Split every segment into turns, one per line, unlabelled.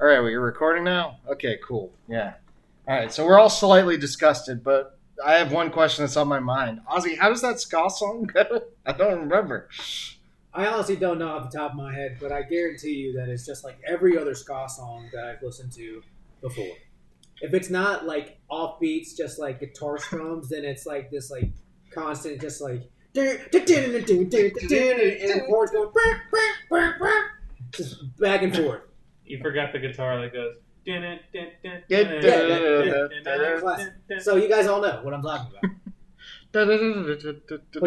All right, we're recording now. Okay, cool. Yeah. All right, so we're all slightly disgusted, but I have one question that's on my mind. Ozzy, how does that ska song go? I don't remember.
I honestly don't know off the top of my head, but I guarantee you that it's just like every other ska song that I've listened to before. If it's not like offbeats, just like guitar strums, then it's like this like constant, just like and the chords going "Brr, brr, brr, brr," just back and forth.
You forgot the guitar that goes.
So you guys all know what I'm talking about. But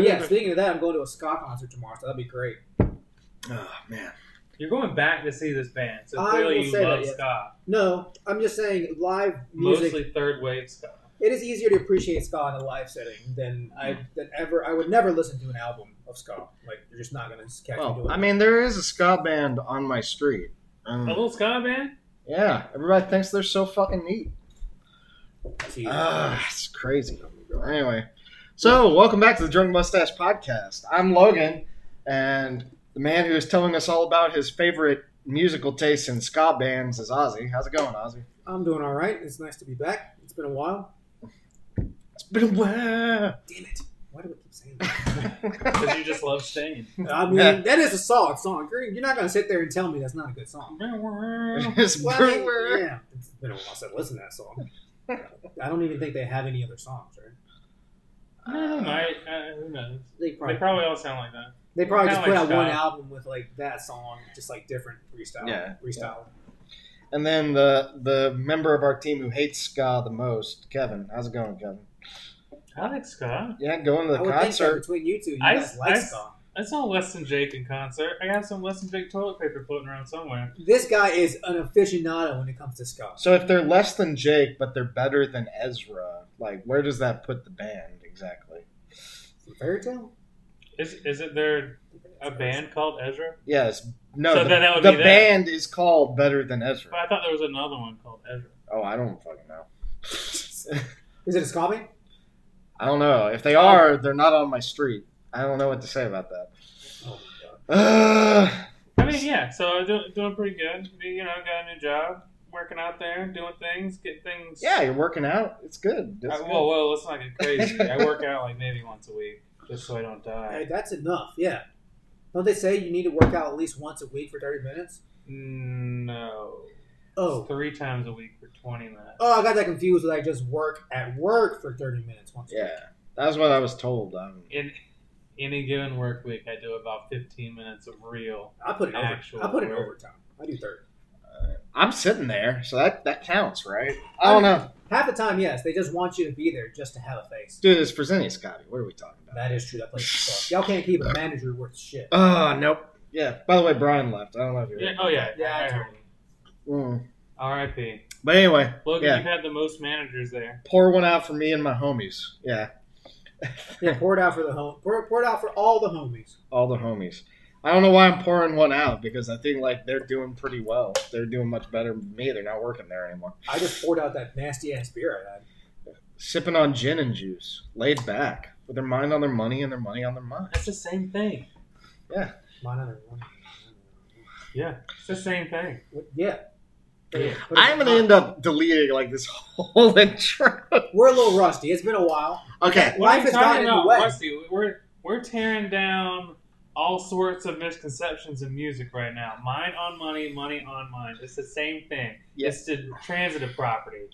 yeah, speaking of that, I'm going to a ska concert tomorrow, so that'd be great.
Oh, man.
You're going back to see this band, so
I will
clearly you
say that,
love
yeah.
ska.
No, I'm just saying live music.
Mostly third wave ska.
It is easier to appreciate ska in a live setting than
Hmm.
I than ever. I would never listen to an album of ska. Like you're just not gonna catch me
Well,
doing.
I mean, there is a ska band on my street.
A
Um,
little ska band?
yeah, everybody thinks they're so fucking neat.
it to you.
Ah, it's crazy. Anyway, so welcome back to the Drunk Mustache Podcast. I'm Logan, and the man who is telling us all about his favorite musical tastes in ska bands is Ozzy. How's it going, Ozzy?
I'm doing all right. It's nice to be back. It's been a while.
It's been a while.
Damn it! Why do I keep saying that?
Because you just love singing.
I mean,
Yeah.
that is a solid song. You're, you're not gonna sit there and tell me that's not a good song.
It's been
Well, I
a
mean,
while.
yeah, it's been a while since I listened to that song. I don't even think they have any other songs, right?
I don't know. I, I, who knows?
They
They
probably
probably all sound like that.
They probably just
Kinda
put
like
out one
Sky.
album with like that song, just like different freestyle.
Yeah,
freestyle.
And then the the member of our team who hates ska the most, Kevin. How's it going, Kevin?
I like ska.
Yeah, going to
I
the
would
concert.
think that between you two, you
I-
guys like
I-
ska.
I saw Less Than Jake in concert. I got some Less Than Jake toilet paper floating around somewhere.
This guy is an aficionado when it comes to ska.
So if they're less than Jake, but they're better than Ezra, like where does that put the band exactly?
Fairy tale.
Is is it there a band called Ezra?
Yes. No.
So
the
then that would
the
be that.
band is called Better Than Ezra.
But I thought there was another one called Ezra.
Oh, I don't fucking know.
Is it a ska band?
I don't know. If they are, they're not on my street. I don't know what to say about that.
Oh my god.
Ugh.
I mean, yeah. So I'm doing, doing pretty good. You know, got a new job, working out there, doing things, get things.
yeah, you're working out. It's good. It's
I, whoa, whoa! Let's not get crazy. I work out like maybe once a week, just so I don't
Hey,
die.
that's enough. Yeah. Don't they say you need to work out at least once a week for thirty minutes?
No.
Oh.
Three times a week for twenty minutes.
Oh, I got that confused with I just work at work for thirty minutes once. a
Yeah,
week.
that's what I was told. Um,
In any given work week, I do about fifteen minutes of real.
I put it over.
Actual
I put it
work.
overtime. I do thirty.
I'm sitting there, so that that counts, right? I don't know,
Half the time, yes, they just want you to be there just to have a face.
dude. It's Presenti Scotty. What are we talking about?
That is true. That place sucks. Y'all can't keep a manager worth shit.
Oh, nope. Yeah. By the way, Brian left. I don't know if you're.
Yeah, oh yeah.
Yeah,
I
I
heard you.
Mm.
R.I.P.
But anyway,
Logan,
Yeah.
you've had the most managers there.
pour one out for me and my homies. Yeah.
Yeah, pour it out for the home. Pour, pour it out for all the homies.
all the homies. I don't know why I'm pouring one out because I think like they're doing pretty well. They're doing much better than me. They're not working there anymore.
I just poured out that nasty ass beer I had.
Sipping on gin and juice, laid back, with their mind on their money and their money on their mind.
That's the same thing.
Mine other one.
Yeah, it's the same thing.
What- Yeah.
Yeah.
Put it-
I'm gonna end up deleting like this whole intro.
We're a little rusty. It's been a while.
Okay,
Life has gotten in the way.
Rusty, we're we're tearing down all sorts of misconceptions in music right now. Mine on money, money on mine. It's the same thing.
Yes.
It's the transitive property.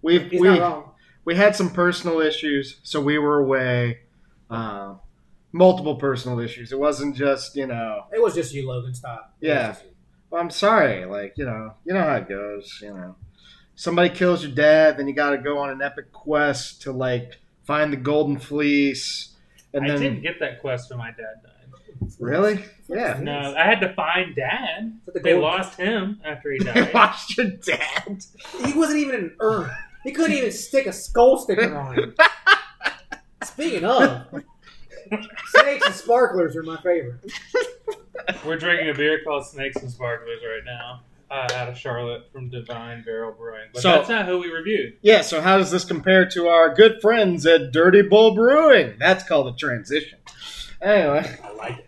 we've
He's
we
not wrong.
we had some personal issues, so we were away. Uh, multiple personal issues. It wasn't just you know.
It was just you, Logan. Stop. It was
Yeah.
just you.
Well, I'm sorry. Like, you know, you know how it goes. You know, somebody kills your dad, then you got to go on an epic quest to like find the golden fleece, and
I
then
didn't get that quest when my dad died.
really, yeah,
No, I had to find dad.
But the
They
gold-
lost him after he
you
died.
lost your dad.
He wasn't even in an urn. He couldn't even stick a skull sticker on him. Speaking of, snakes and sparklers are my favorite.
we're drinking a beer called Snakes and Sparklers right now. Uh, out of Charlotte from Divine Barrel Brewing. But
So-
that's not who we reviewed.
Yeah. So how does this compare to our good friends at Dirty Bull Brewing? That's called a transition. Anyway,
I like it.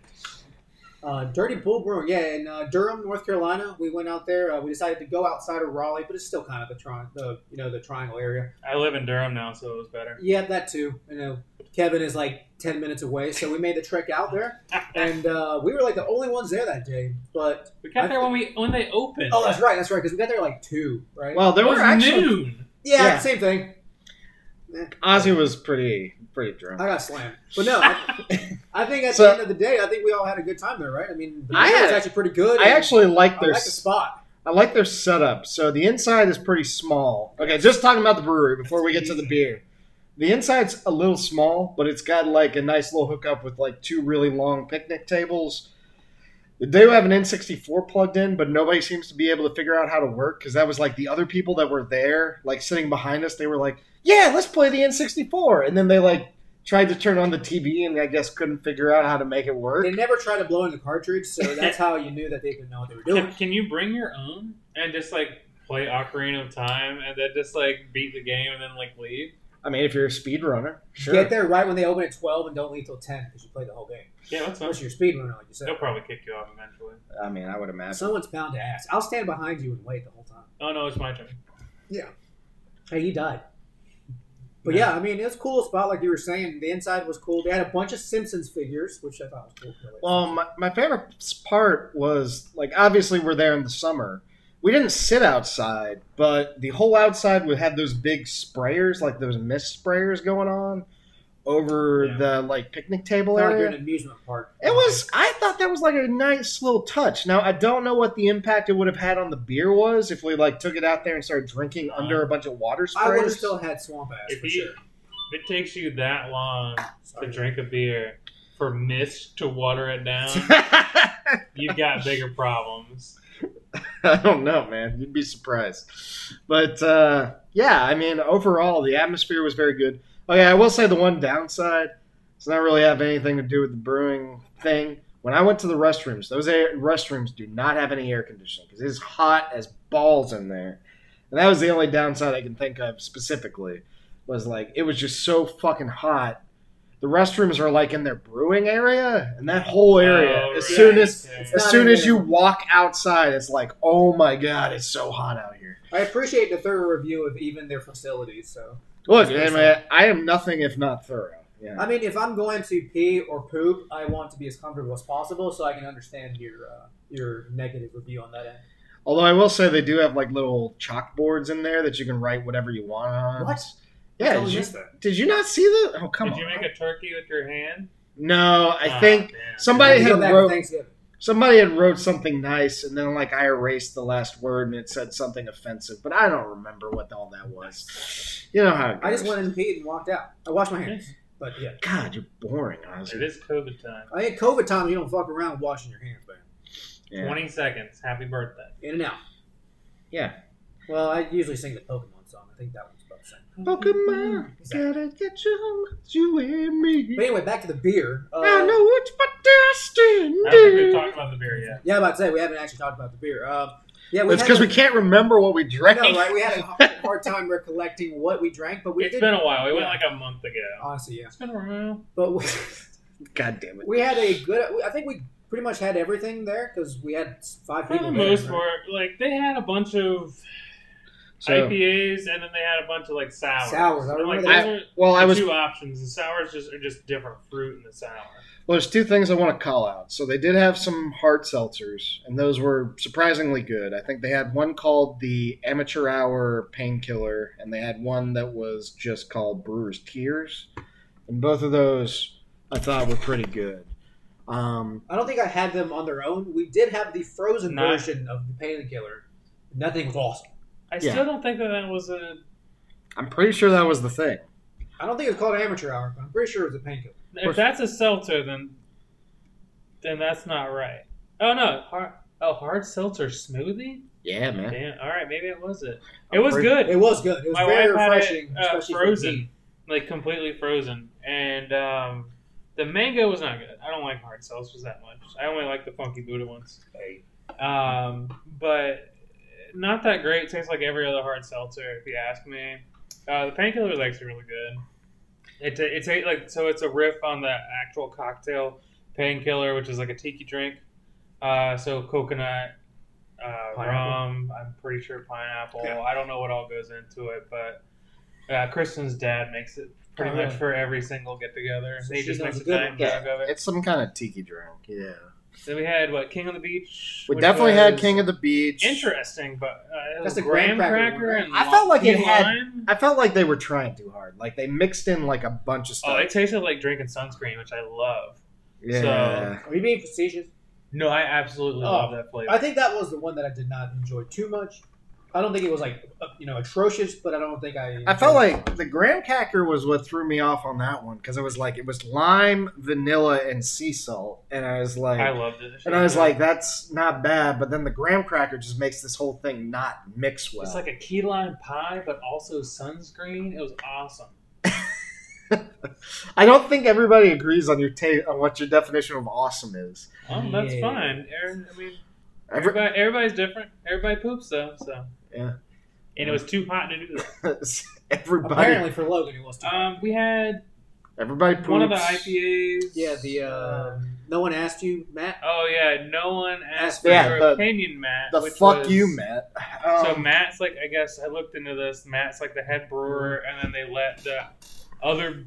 Uh, Dirty Bull Brewing, yeah, in uh, Durham, North Carolina. We went out there. Uh, we decided to go outside of Raleigh, but it's still kind of the, tri- the you know the triangle area.
I live in Durham now, so it was better.
Yeah, that too. You know, Kevin is like ten minutes away, so we made the trek out there, and uh, we were like the only ones there that day. But
We got there when we when they opened.
oh, that's right, that's right, because we got there like two, right?
Well, there
it
were
was
actually
noon.
yeah,
yeah.
same thing.
Ozzy was pretty pretty drunk.
I got slammed, but no, I, I think at
So-
the end of the day, I think we all had a good time there, right? I mean, the
I
weather was
had-
actually pretty good.
I
and
actually like
I
their
like the spot.
I like their setup. So the inside is pretty small. Okay, just talking about the brewery before we get to the beer. The inside's a little small, but it's got like a nice little hookup with like two really long picnic tables. They do have an N64 plugged in, but nobody seems to be able to figure out how to work because that was like the other people that were there, like sitting behind us. They were like, "Yeah, let's play the N64," and then they like tried to turn on the TV and I guess couldn't figure out how to make it work.
They never tried to blow in the cartridge, so that's how you knew that they didn't know what they were doing.
Can, can you bring your own and just like play Ocarina of Time and then just like beat the game and then like leave?
I mean, if you're a speedrunner, sure.
Get there right when they open at 12 and don't leave till 10 because you played the whole game.
Yeah, that's fine.
Unless you're a speedrunner, like you said.
They'll probably kick you off eventually.
I mean, I would imagine.
Someone's bound to ask. I'll stand behind you and wait the whole time.
Oh no, it's my turn.
Hey, he died. But yeah, I mean, it was a cool spot, like you were saying. The inside was cool. They had a bunch of Simpsons figures, which I thought was cool. really.
Well, my, my favorite part was like obviously we're there in the summer. We didn't sit outside, but the whole outside would have those big sprayers, like those mist sprayers going on over
Yeah.
the like picnic table
Kinda like you're
area.
in an amusement park.
It was I thought that was like a nice little touch. Now I don't know what the impact it would have had on the beer was if we like took it out there and started drinking
Uh,
under a bunch of water
Uh-huh. I would have
sprayers.
still had swamp ass
If
for
you-
sure.
If it takes you that long to
Oh,
Sorry.
drink a beer for mist to water it down, you've got bigger problems.
I don't know, man. You'd be surprised. But uh, yeah, I mean, overall, the atmosphere was very good. Oh yeah, I will say the one downside does not really have anything to do with the brewing thing. When I went to the restrooms, those air, restrooms do not have any air conditioning because it's hot as balls in there. And that was the only downside I can think of specifically was like it was just so fucking hot. The restrooms are like in their brewing area, and that whole area.
Oh,
as
right.
soon as
Okay.
It's
as
not
soon as
even-
you walk outside, it's like, oh my god, it's so hot out here.
I appreciate the thorough review of even their facilities. So,
Look,
That's
I, mean, I am nothing if not thorough. Yeah.
I mean, if I'm going to pee or poop, I want to be as comfortable as possible, so I can understand your uh, your negative review on that end.
Although I will say they do have like little chalkboards in there that you can write whatever you want on.
What?
Yeah.
Totally
Did you,
missed that.
did you not see that? Oh come
Did
on.
you make a turkey with your hand?
no, I
Ah,
think
man.
somebody
We
had
go back to
wrote
Thanksgiving.
somebody had wrote something nice, and then like I erased the last word and it said something offensive, but I don't remember what all that was. You know how it goes.
I just went and peed and walked out. I washed my hands,
Yes.
but yeah,
God, you're boring, honestly.
It is COVID time.
I think COVID times you don't fuck around washing your hands, man.
Yeah.
Twenty seconds. Happy birthday.
In and out.
yeah.
Well, I usually sing the Pokemon song. I think that one's about the same.
Pokemon, Oh,
Mm-hmm.
gotta get you, you and me.
But anyway, back to the beer. Uh,
I know it's my destiny.
I don't think we've talked about the beer yet.
Yeah, I'm about to say we haven't actually talked about the beer. Um, yeah, we
It's
had
because
a-
we can't remember what we
I
drank.
know, right? We had a hard hard time recollecting what we drank, but we
It's
did.
been a while. We went
Yeah.
like a month ago.
honestly, yeah.
It's been a while.
But we,
God damn it.
we had a good. I think we pretty much had everything there because we had five
For
people.
the
there,
most
right?
part, like they had a bunch of
So,
IPAs and then they had a bunch of like sours.
Sours, I
And, like,
remember
those
that.
are
well, I
the
was.
two options. The sours just are just different fruit in the sour.
Well, there's two things I want to call out. So they did have some hard seltzers, and those were surprisingly good. I think they had one called the Amateur Hour Painkiller, and they had one that was just called Brewer's Tears, and both of those I thought were pretty good. Um,
I don't think I had them on their own. We did have the frozen
Nah.
version of the painkiller. Nothing was awesome.
I
Yeah.
still don't think that that was a.
I'm pretty sure that was the thing.
I don't think it's called amateur hour, but I'm pretty sure it was a painkiller.
If that's a seltzer, then then that's not right. Oh no, hard, oh hard seltzer smoothie.
Yeah, man.
Damn. All right, maybe it was it. It
I'm
was
pretty-
good.
It was good. It was
My
very
wife
refreshing,
had it uh,
especially for me.
frozen, like completely frozen, and um, the mango was not good. I don't like hard seltzers that much. I only like the funky Buddha ones. Um, but not that great. It tastes like every other hard seltzer, if you ask me. Uh, the painkiller was actually really good. It ta- it ta- like so it's a riff on the actual cocktail painkiller, which is like a tiki drink. Uh, so coconut, uh,
Pineapple.
rum. I'm pretty sure pineapple.
Yeah.
I don't know what all goes into it, but uh, Kristen's dad makes it pretty
Oh,
much
really?
for every single get together.
So
he
she
just
knows
makes
a
a
good
giant
one.
jug of it.
It's some kind of tiki drink. Yeah.
Then we had what King of the Beach.
We
which
definitely had
was
King of the Beach.
Interesting, but uh, it
That's
was
the
graham
graham
cracker.
cracker one, right?
and
I felt like
key
it had-
lime.
I felt like they were trying too hard. Like they mixed in like a bunch of stuff.
Oh, it tasted like drinking sunscreen, which I love.
yeah.
Are you being facetious?
No, I absolutely
Oh,
love that flavor.
I think that was the one that I did not enjoy too much. I don't think it was like uh, you know atrocious, but I don't think I.
I felt
enjoyed it.
like the graham cracker was what threw me off on that one because it was like it was lime, vanilla, and sea salt, and I was like,
I loved it.
and I was like, that's not bad. But then the graham cracker just makes this whole thing not mix well.
It's like a key lime pie, but also sunscreen. It was awesome.
I don't think everybody agrees on your ta- on what your definition of awesome is.
Well, Oh, that's
Yeah.
fine. Aaron, I mean,
Every-
everybody, everybody's different. Everybody poops though, so
Yeah.
And it was too hot to do that.
everybody,
apparently for Logan it was. Too
Um, we had
everybody poops.
one of the IPAs.
yeah, the uh, no one asked you, Matt.
Um, Oh yeah, no one asked for
Yeah,
your
the-
opinion, Matt.
The
which
fuck
was-
you, Matt. Um,
So Matt's like, I guess I looked into this. Matt's like the head brewer, and then they let the other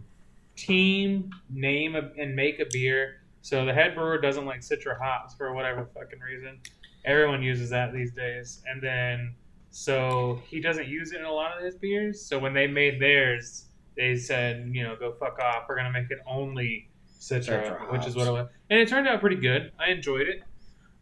team name a, and make a beer. So the head brewer doesn't like Citra hops for whatever fucking reason. Everyone uses that these days, and then so he doesn't use it in a lot of his beers. So when they made theirs, they said, you know, go fuck off. We're gonna make it only Citra,
Citra
which is
hops.
what it was, and it turned out pretty good. I enjoyed it.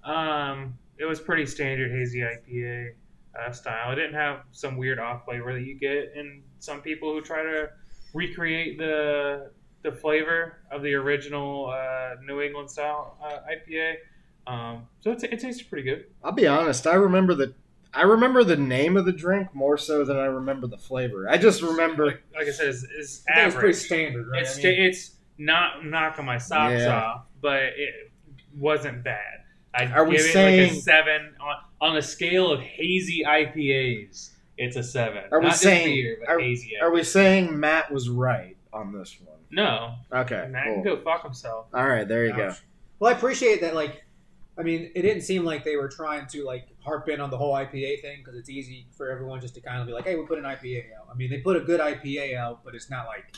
Um, it was pretty standard hazy IPA uh, style. It didn't have some weird off flavor that you get in some people who try to recreate the the flavor of the original uh, New England style uh, IPA. Um, so it, it tasted pretty good.
I'll be honest. I remember the I remember the name of the drink more so than I remember the flavor. I just remember.
Like, like I said, it's, it's
I think it was pretty
average.
standard, right?
It's
I
sta-
mean,
it's not knocking my socks
Yeah.
off, but it wasn't bad. I'd
Are we
give it like a
saying-
seven on, on a scale of hazy IPAs. It's a seven.
Are we
Not just
saying-
beer, but
are-
hazy?
Are we saying Matt was right on this one?
no,
Okay.
Matt
cool.
can go fuck himself.
All right. There you go.
Ouch. well, I appreciate that. Like, I mean, it didn't seem like they were trying to like harp in on the whole IPA thing because it's easy for everyone just to kind of be like, "Hey, we put an IPA out." I mean, they put a good IPA out, but it's not like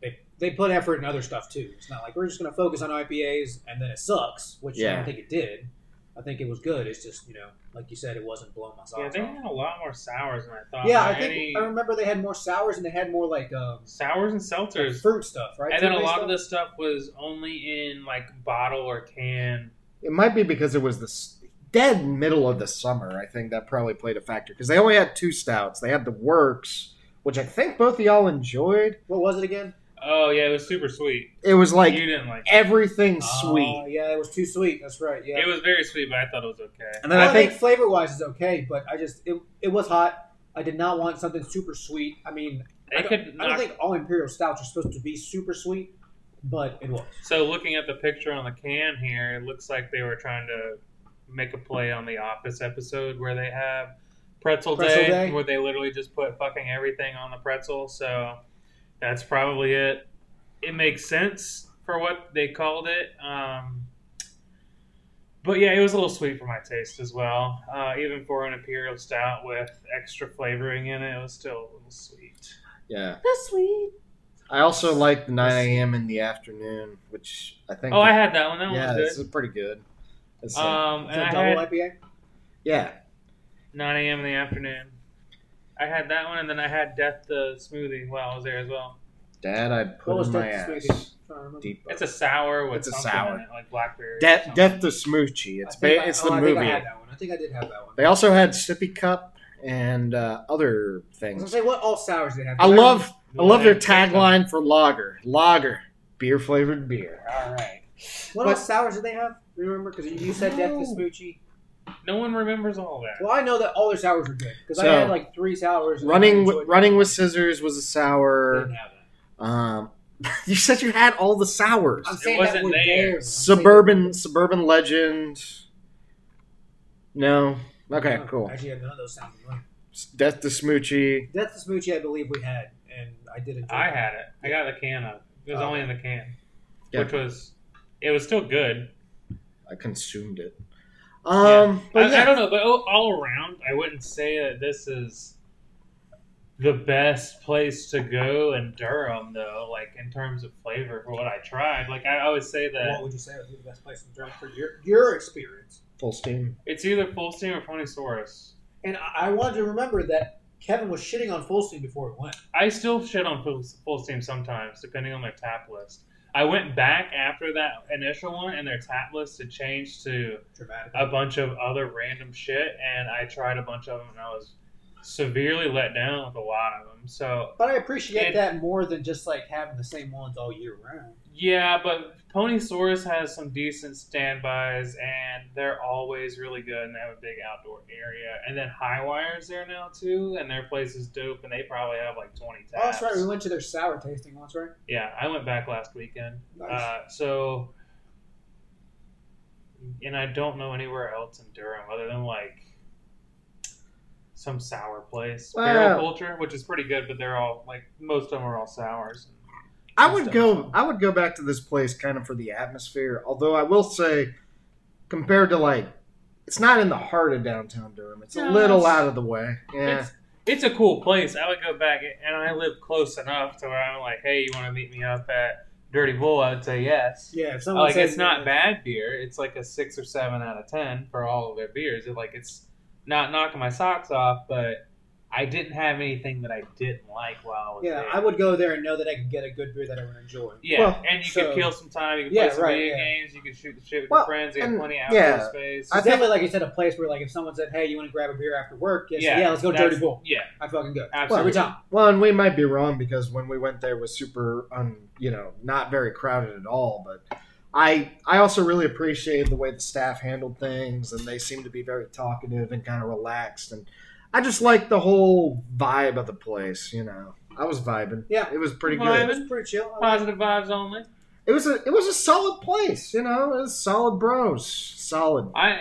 they they put effort in other stuff too. It's not like we're just going to focus on IPAs and then it sucks, which I
Yeah.
don't think it did. I think it was good. It's just you know, like you said, it wasn't blowing my
Yeah,
socks
they
off.
had a lot more sours than I thought.
Yeah, I
Like,
think
any
I
um,
remember they had more sours and they had more like um,
sours and seltzers,
fruit stuff, right?
and then a
Fruit-based
lot
stuff?
of this stuff was only in like bottle or can.
It might be because it was the s- dead middle of the summer. I think that probably played a factor because they only had two stouts. They had the works, which I think both of y'all enjoyed.
What was it again?
Oh yeah, it was super sweet.
It was like eh,
you Oh. didn't like. It.
everything
Uh,
sweet.
yeah, it was too sweet. That's right. Yeah.
It was very sweet, but I thought it was okay.
And then
Well,
I think
flavor wise is okay, but I just it, it was hot. I did not want something super sweet. I mean, I don't,
They could
I don't
knock.
think all imperial stouts are supposed to be super sweet, but it was.
So looking at the picture on the can here, it looks like they were trying to make a play on the Office episode where they have pretzel,
Pretzel
day,
Day.
where they literally just put fucking everything on the pretzel. So that's probably it. It makes sense for what they called it. Um, but yeah, it was a little sweet for my taste as well. Uh, even for an imperial stout with extra flavoring in it, it was still a little sweet.
yeah.
That's sweet.
I also liked the 9 a.m. in the afternoon, which I think.
Oh, I had that one. That
yeah,
one
this
was good.
is pretty good. It's like-
Um,
Is
and
that
I
double
had,
IPA?
yeah,
9 a.m. in the afternoon. I had that one, and then I had Death the Smoothie while I was there as well.
Dad, I
What
put
was
in my
that?
ass.
Sweet? I'm trying to remember.
Deep
It's a sour with
It's a
something
sour.
in it, like blackberry. or
Death,
something.
Death to Smoochie. It's
I think
ba-
I-
it's
oh,
the
I
movie.
Think I, had that one. I think I did have that one.
They also had sippy cup and uh, other
I was gonna
things.
say what all sours they have.
I love
The
I love
one
their
that picked up.
tagline for lager. Lager, beer flavored beer.
All right. What
But-
all sours did they have? Remember, because you said Death to Smoochie.
No one remembers all that.
Well, I know that all their sours were good because
So,
I had like three sours. and I
Running with,
enjoyed them.
running with scissors was a
I
sour.
didn't have that.
Um, you said you had all the sours.
I'm saying that
wasn't
were
there.
there. I'm saying-
Suburban suburban legend. No. Okay,
No,
cool.
Actually, yeah, none of those sound familiar.
Death to Smoochie.
Death to Smoochie, I believe we had, and I did enjoy.
I
it.
had it. I got the can of. it. It was
Oh.
only in the can,
Yeah.
which was it was still good.
I consumed it.
Yeah.
Um, but
I,
yeah.
I don't know, but o- all around, I wouldn't say that this is the best place to go in Durham, though. Like in terms of flavor, for what I tried, like I always say
What
that
would you say would be the best place to drink for your your experience?
Full steam.
it's either Full Steam or Ponysaurus.
And I, I wanted to remember that Kevin was shitting on Folsom before it went.
I still shit on Full, full Steam sometimes, depending on their tap list. I went back after that initial one, and their tap list had changed to
Dramatically.
a bunch of other random shit, and I tried a bunch of them, and I was severely let down with a lot of them. So
but I appreciate
it-
that more than just like having the same ones all year round.
Yeah, but Ponysaurus has some decent standbys, and they're always really good, and they have a big outdoor area. And then Highwire's there now too, and their place is dope, and they probably have like twenty
Oh,
taps.
that's right. We went to their sour tasting once, right?
Yeah, I went back last weekend.
Nice.
Uh, so, and I don't know anywhere else in Durham other than like some sour place,
Wow.
Barrel Culture, which is pretty good, but they're all like most of them are all sours.
I would go. I would go back to this place kind of for the atmosphere. Although I will say, compared to like, it's not in the heart of downtown Durham. It's a
No,
little
it's-
out of the way. Yeah,
It's, it's a cool place. I would go back, and I live close enough to where I'm like, hey, you want to meet me up at Dirty Bull? I would say yes.
Yeah, if someone
Like
says
it's not bad beer. It's like a six or seven out of ten for all of their beers. It, like it's not knocking my socks off, but I didn't have anything that I didn't like while I was
Yeah,
there.
I would go there and know that I could get a good beer that I would enjoy.
Yeah,
Well,
and you
so-
could kill some time. You could
Yeah,
play some
right,
video
yeah.
games. You could shoot the shit with
Well,
your friends. You have
and-
plenty outdoor
yeah.
space.
It's
I think-
definitely like you said, a place where like if someone said, "Hey, you want to grab a beer after work?" Yes, yeah, let's go
that's-
Dirty Bull.
Yeah,
I fucking go every
absolutely.
time.
Well, and we might be wrong because when we went there it was super, um, you know, not very crowded at all. But I, I also really appreciated the way the staff handled things, and they seemed to be very talkative and kind of relaxed. And I just liked the whole vibe of the place. You know, I was vibing.
Yeah.
it was pretty
Vibing.
good.
It was pretty chill. I liked it.
Positive vibes only.
It was a, it was a solid place. You know, it was solid bros, solid.
I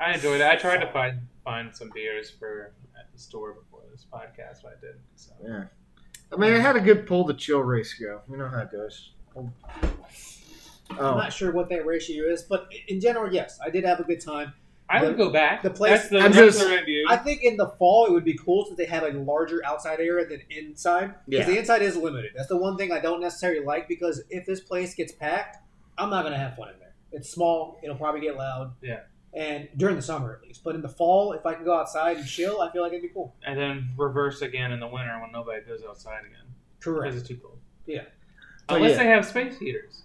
I enjoyed it. I tried to find find some beers for at the store before this podcast, but I didn't. So
Yeah, I mean, it had a good pull to chill ratio. You know how it goes.
I'm
Oh,
not sure what that ratio is, but in general, yes, I did have a good time.
I would go back.
the place-
That's the,
I'm
that's
just-
the review.
I think in the fall it would be cool if they have a larger outside area than inside because
Yeah.
the inside is limited. That's the one thing I don't necessarily like because if this place gets packed, I'm not gonna have fun in there. It's small. It'll probably get loud.
Yeah.
And during the summer at least, but in the fall, if I can go outside and chill, I feel like it'd be cool.
and then reverse again in the winter when nobody goes outside again because it's too cold.
Yeah.
But
Unless
yeah.
they have space heaters,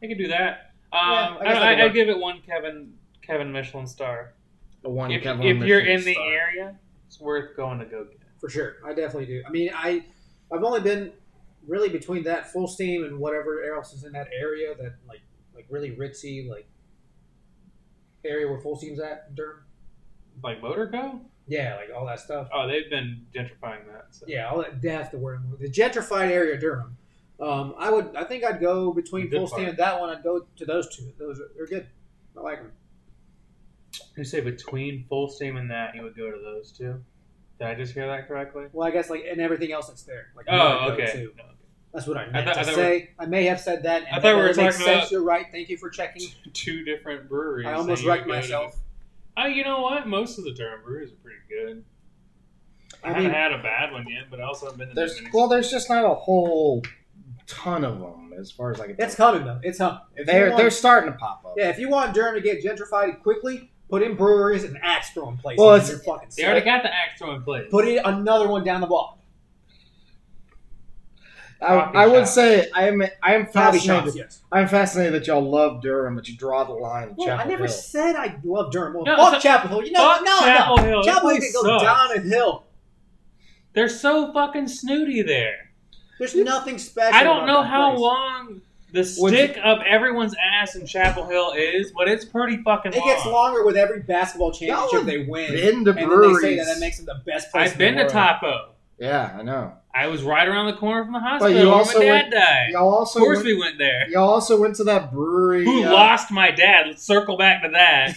they could do that.
Yeah,
Um,
I
I,
guess
don't-
I
I,
could
I
work.
give it one Kevin Kevin Michelin star.
the one
if
Kevin
if you're
Mitchell
in the
star.
area, it's worth going to go get. it.
For sure, I definitely do. I mean, I I've only been really between that full steam and whatever else is in that area that like like really ritzy like area where full steam's at in Durham.
Like Motor Go?
Yeah, like all that stuff.
Oh, they've been gentrifying that. So.
Yeah, all that that's the word. I'm looking- The gentrified area of Durham. Um, I would I think I'd go between
Good
full steam
part.
and that one. I'd go to those two. Those are, they're good. I like them.
You say between full steam and that, you would go to those two. Did I just hear that correctly?
Well, I guess like and everything else that's there. Like I'd
Oh,
go
okay.
to. That's what I meant
thought-
to
I thought we-
say. I may have said that. And
I thought we
that
were
makes
talking
sense.
about-
You're right. Thank you for checking.
Two different breweries.
I almost
that you
wrecked
go to.
myself.
Oh, you know what? Most of the Durham breweries are pretty good. I,
I
haven't
mean-
had a bad one yet, but I also haven't been to
There's
that many.
well, there's just not a whole ton of them as far as I can.
It's
tell.
coming though. It's coming. If you
They're
want-
they're starting to pop up.
yeah. If you want Durham to get gentrified quickly, put in breweries and axe throwing places.
Well,
in
it's-
your fucking
they
city.
already got the axe throwing place.
put in another one down the block.
I,
coffee
I would
shops.
say I am I am
Coffee shops.
fascinated.
Yes.
I'm fascinated that y'all love Durham, but you draw the line. at
Well, I
Chapel
never
Hill.
said I love Durham. Well,
No,
fuck
so-
Chapel Hill. You know,
Fuck
no,
Chapel
no.
Hill.
Chapel Hill
This
can
place
go
sucks.
down a hill.
They're so fucking snooty there.
There's nothing special.
I don't
about
know
that
how
place.
long the
Would you-
stick of everyone's ass in Chapel Hill is, but it's pretty fucking
It gets longer with every basketball championship
have
they win.
Been to
and then they say
breweries.
that that makes them the best place.
I've been
in the
to
world.
Taco.
yeah, I know.
I was right around the corner from the
But
hospital
you
when
also
my dad
went-
died.
Y'all
Of
also
course
went,
we went there.
y'all also went to that brewery.
Who
uh,
lost my dad? Let's circle back to that.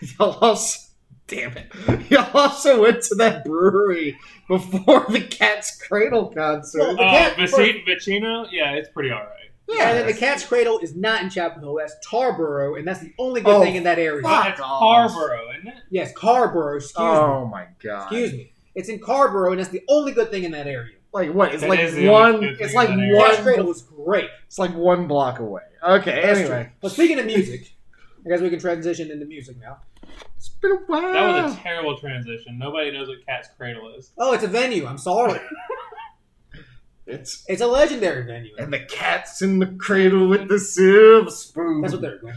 Y'all also, damn it. Y'all also went to that brewery before the Cat's Cradle concert.
Well,
Oh,
cat-
Vici- Vicino? Yeah, it's pretty alright.
And
Yeah.
then the Cat's Cradle is not in Chapel Hill. That's Tarboro, and that's the only good
Oh,
thing in that area.
fuck.
That's
off.
Harborough, isn't it?
Yes, Carborough. Excuse me.
oh my god.
Excuse me. It's in Carborough, and that's the only good thing in that area.
Like what? It's
That
like
is the only
one.
good thing
It's like
in that area.
Cat's Cradle
one.
was great.
It's like one block away. Okay.
That's
Anyway,
true. But speaking of music, I guess we can transition into music now.
it's been a while.
That was a terrible transition. Nobody knows what Cat's Cradle is.
Oh, it's a venue. I'm sorry.
it's
It's a legendary venue.
and the cat's in the cradle with the silver spoon.
That's what they're going.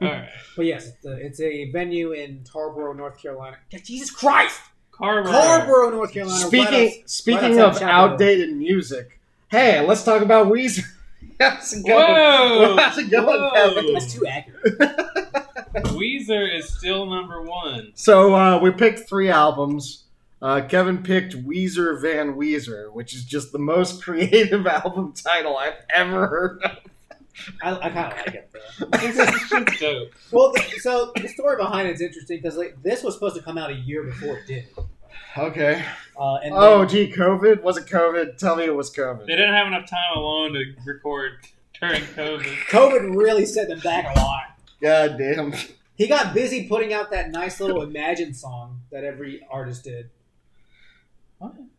All right.
But yes, it's a, it's a venue in Tarboro, North Carolina. Jesus Christ!
Carborough.
Carborough, North Carolina. right
Speaking
outs-
speaking
outside
of
Chapel Hill.
outdated music, hey, let's talk about Weezer. How's it going?
Whoa!
How's it going, Kevin?
that's too accurate.
Weezer is still number one.
So uh, we picked three albums. Uh, Kevin picked Weezer Van Weezer, which is just the most creative album title I've ever heard. Of.
I, I kind of like it. Though.
This is just dope.
Well, th- so the story behind it's interesting because like, this was supposed to come out a year before it did.
Okay.
Uh, and
Oh,
then-
gee, COVID? Was it COVID? Tell me it was COVID.
They didn't have enough time alone to record during COVID.
COVID really set them back a lot.
God damn.
He got busy putting out that nice little Imagine song that every artist did.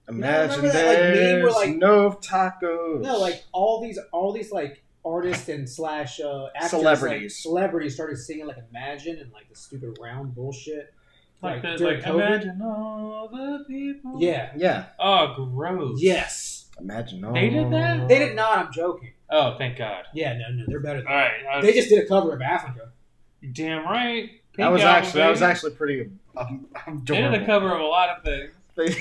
Imagine
remember that, like, meme where,
there's
like-
no tacos.
No, like all these, all these like artists and slash uh, actors, like,
Celebrities.
celebrities started singing like Imagine and like the stupid round bullshit.
Like, the,
during
like imagine all the people.
Yeah.
Yeah.
Oh, gross.
Yes.
Imagine.
They did
all-
that?
They did not. I'm joking.
Oh, thank God.
Yeah. No. No. They're better.
All
Than
right. I was
They just did a cover of Africa.
damn right.
That was
Pink Album,
actually that was
baby.
actually pretty. Um,
They did a cover of a lot of things.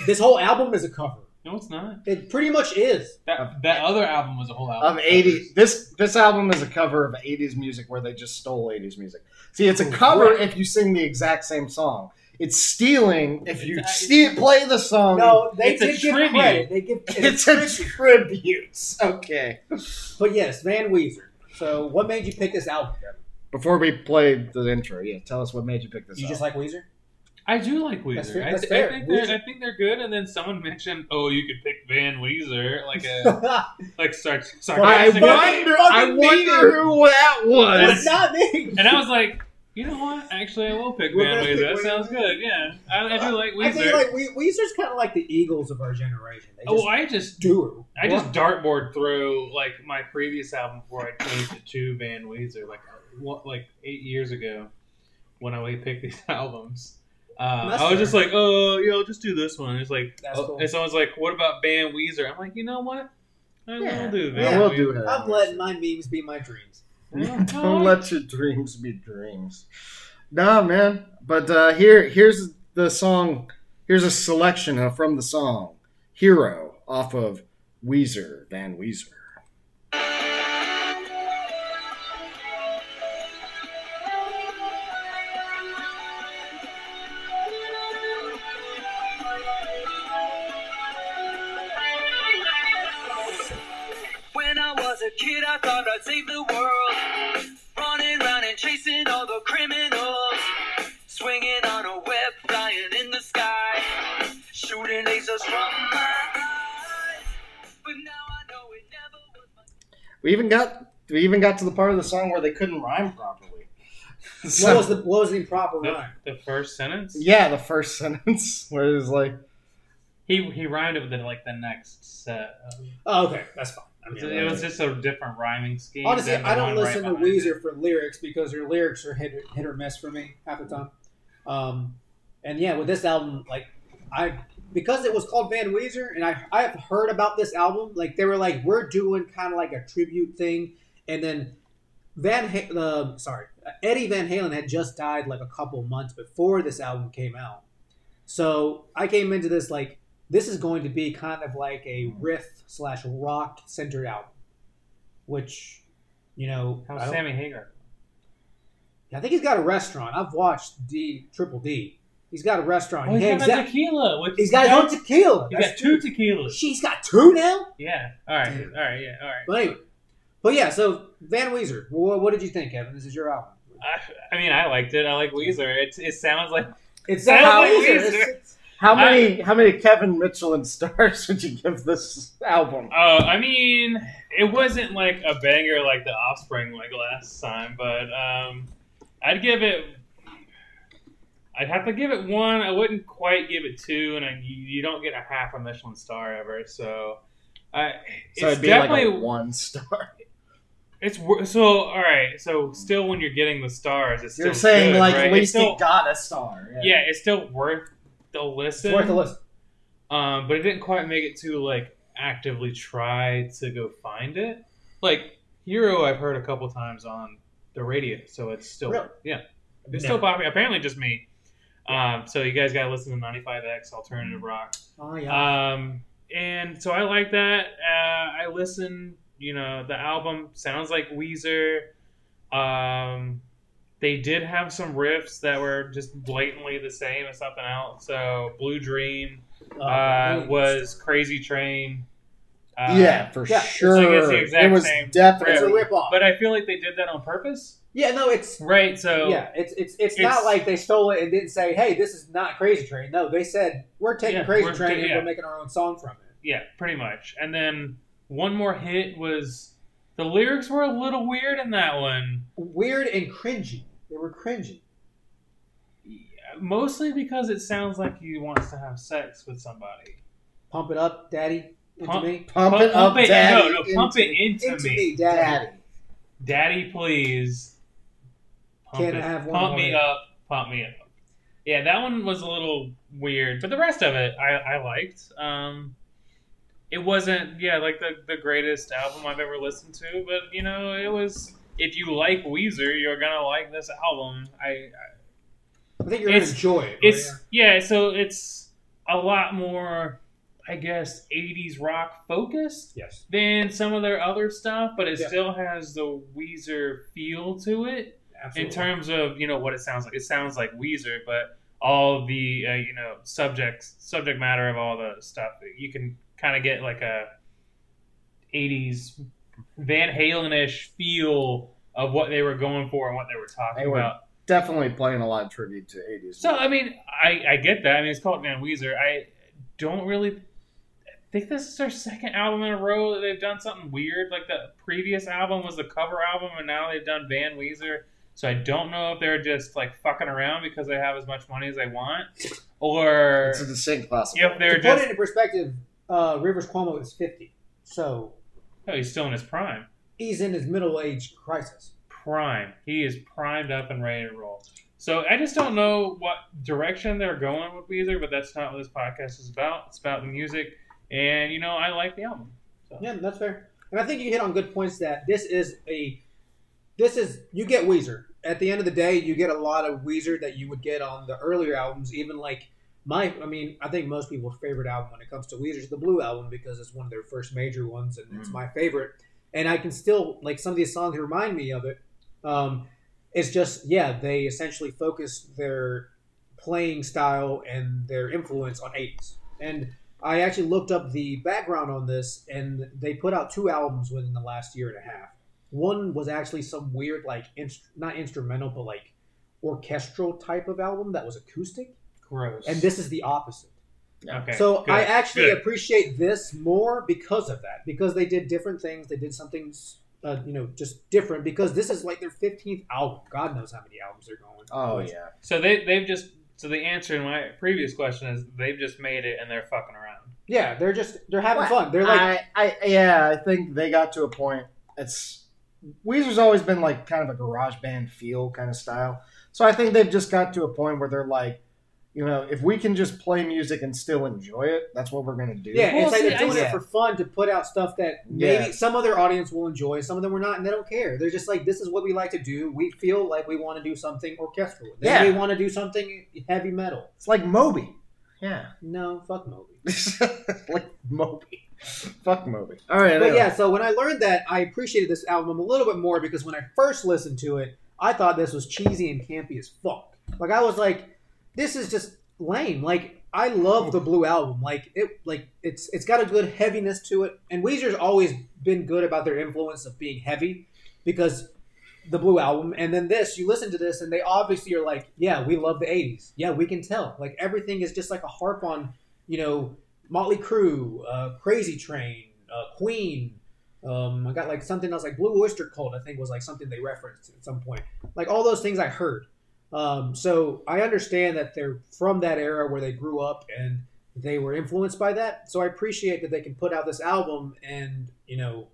This whole album is a cover.
No, it's not.
It pretty much is.
That, that other album was a whole album
of 80s this this album is a cover of 80s music where they just stole 80s music see it's a cover
Right.
if you sing the exact sing song it's stealing if you
It's-
steal, play the song
No, they
It's a
did give
tribute.
credit. They give.
it's a tribute okay
But yes, Van Weezer. So, what made you pick this album? Kevin?
before we play the intro yeah tell us what made you pick this
You
album.
just like Weezer?
I do like
That's
Weezer.
fair-
I,
that's
th-
fair.
I think they're,
Weezer-
I think they're good. And then someone mentioned, "Oh, you could pick Van Weezer," like a like sarc-
I
sarcastic.
wonder, I
Fucking
wonder who that
it's
was.
not me.
and I was like, you know what? Actually, I will pick
We're
Van
gonna
Weezer.
pick
That
Weezer.
sounds good. Yeah, I, I do like
I
Weezer.
think like we, Weezer's kind of like the Eagles of our generation. They just
oh, I just
do.
I just dartboard through like my previous album before I changed it to Van Weezer, like what, like eight years ago when I picked these albums. Uh,
That's
I was
fair.
just like, oh, yeah, I'll just do this one. It's like,
That's
oh,
cool.
and someone's like, what about Van Weezer? I'm like, you know what? I
Yeah,
will do Van
I will do
Weezer.
that.
I'm letting my memes be my dreams.
Don't let your dreams be dreams. Nah, man. But uh, here, here's the song. Here's a selection of- from the song "Hero" off of Weezer Van Weezer.
When I was a kid, I thought I'd save the world. Running round and chasing all the criminals. Swinging on a web, flying in the sky. Shooting lasers from my eyes. But now I know it never was my
We even got we even got to the part of the song where they couldn't rhyme properly.
what
So-
was the what was the improper
the,
rhyme?
the first sentence.
yeah, the first sentence where it was like,
He he rhymed it with like the next set.
Oh, okay, that's fine. I mean,
It was- it was just a different rhyming scheme.
Honestly,
than the
I don't
one right
listen to
behind it.
Weezer for lyrics because their lyrics are hit, hit or miss for me half the time. Um, and yeah, with this album, like I because it was called Van Weezer, and I I have heard about this album. Like they were like we're doing kind of like a tribute thing, and then Van ha- uh, sorry Eddie Van Halen had just died like a couple months before this album came out. So I came into this like this is going to be kind of like a riff slash rock centered album, which you know I
How's
don't-
Sammy Hagar?
I think he's got a restaurant. I've watched D Triple D. He's got a restaurant.
Oh, he's
Yeah,
got
exactly.
that tequila. Which
He's got his own tequila.
You got
That's
two
true.
tequilas.
She's got two now.
Yeah. All right.
Dude.
All right. Yeah. All right.
But anyway, but yeah. So Van Weezer, what, what did you think, Evan? This is your album.
I, I mean, I liked it. I like Weezer. It, it sounds like
It's
Sounds
Van
like
Weezer.
Weezer.
It's-
How many how many Kevin Mitchell stars would you give this album?
Oh, I mean, it wasn't like a banger like the Offspring like last time, but um, I'd give it. I'd have to give it one. I wouldn't quite give it two, and I, you you don't get a half a Michelin star ever. So, I it's
So it'd be
definitely
like a one star.
it's wor- so all right. So still, when you're getting the stars, it's still
You're saying
good,
like
right?
at
It's
least
still-
it got a star.
yeah, it's still worth the listen.
It's worth a listen.
um, but it didn't quite make it to like actively try to go find it. Like Hero, I've heard a couple times on the radio, so it's still
Really?
yeah, it's
No.
still popular. Apparently, just me. Um, so you guys gotta listen to 95x alternative rock.
Oh yeah.
Um, and so I like that. Uh, I listen. You know, the album sounds like Weezer. Um, they did have some riffs that were just blatantly the same as something else. So Blue Dream
Oh,
uh,
yeah.
was Crazy Train. Uh,
yeah, for
yeah, it's
sure.
like it's the exact
it was
same
It's a
definitely
rip off.
But I feel like they did that on purpose.
Yeah, no, it's
Right, so
yeah, it's it's it's
It's-
not like they stole it and didn't say, "Hey, this is not Crazy Train." No, they said, "We're taking
Yeah,
Crazy
we're
Train
taking-
and
yeah.
we're making our own song from it."
yeah, pretty much. And then one more hit was the lyrics were a little weird in that one.
Weird and cringy. They were cringy.
Mostly because it sounds like he wants to have sex with somebody.
Pump it up, daddy, into
Pump-
me,
pump it up, daddy.
no, no, pump it into,
into
me.
me, daddy.
Daddy.
Daddy, please. Pump
Can
it.
I have one
pump
more
me
hit?
up, pump me up. Yeah, that one was a little weird, but the rest of it I, I liked. Um, it wasn't yeah like the the greatest album I've ever listened to, but you know it was. If you like Weezer, you're gonna like this album. I
I think you're gonna
It's-
enjoy it.
it's
right?
yeah, so it's a lot more, I guess, '80s rock focused
yes.
than some of their other stuff, but it
Yeah.
still has the Weezer feel to it in
Absolutely.
terms of you know what it sounds like. It sounds like Weezer, but all the uh, you know subjects, subject matter of all the stuff you can kind of get like a '80s Van Halen-ish feel of what they were going for and what they were talking
They were-
about.
Definitely playing a lot of tribute to eighties.
So I mean, I, I get that. I mean, it's called Van Weezer. I don't really think this is their second album in a row that they've done something weird. Like the previous album was the cover album, and now they've done Van Weezer. So I don't know if they're just like fucking around because they have as much money as they want, or
it's a distinct possibility.
To
if they're
put it
just
into perspective, uh, Rivers Cuomo is 50, so
oh, he's still in his prime.
he's in his middle age crisis.
prime. He is primed up and ready to roll. So I just don't know what direction they're going with Weezer, but that's not what this podcast is about. It's about the music, and you know I like the album. So.
Yeah, that's fair. And I think you hit on good points that this is a this is you get Weezer. At the end of the day, you get a lot of Weezer that you would get on the earlier albums, even like my I mean, I think most people's favorite album when it comes to Weezer is the Blue album because it's one of their first major ones and it's
Mm.
my favorite. And I can still like some of these songs remind me of it. Um, it's just yeah, they essentially focus their playing style and their influence on 80s. And I actually looked up the background on this, and they put out two albums within the last year and a half. One was actually some weird, like, inst- not instrumental, but like orchestral type of album that was acoustic,
Gross.
and this is the opposite.
okay.
so
good,
I actually
good.
appreciate this more because of that, because they did different things. They did something, uh, you know, just different. Because this is like their 15th album. God knows how many albums they're going.
Oh yeah.
so they they've just so the answer to my previous question is they've just made it and they're fucking around.
yeah, they're just they're having
Well,
fun. They're like
I, I yeah, I think they got to a point. It's Weezer's always been like kind of a garage band feel kind of style. So I think they've just got to a point where they're like, you know, if we can just play music and still enjoy it, that's what we're gonna do.
Yeah,
Well,
it's like
see,
they're doing
I-
it for fun to put out stuff that maybe
Yeah.
some other audience will enjoy, some of them will not, and they don't care. They're just like, this is what we like to do. We feel like we want to do something orchestral. Then
Yeah.
we want to do something heavy metal.
It's like Moby. Yeah.
No, fuck Moby.
like Moby. Fuck Moby. All right.
But
anyway.
yeah, so when I learned that, I appreciated this album a little bit more because when I first listened to it, I thought this was cheesy and campy as fuck. Like I was like, this is just lame. Like I love the Blue album. Like it, like it's it's got a good heaviness to it. And Weezer's always been good about their influence of being heavy because the Blue Album, and then this. You listen to this, and they obviously are like, yeah, we love the '80s. Yeah, we can tell. Like everything is just like a harp on, you know, Motley Crue, uh, Crazy Train, uh, Queen. Um, I got like something else like Blue Oyster Cult. I think was like something they referenced at some point. Like all those things I heard. Um, so I understand that they're from that era where they grew up and they were influenced by that. So I appreciate that they can put out this album and, you know,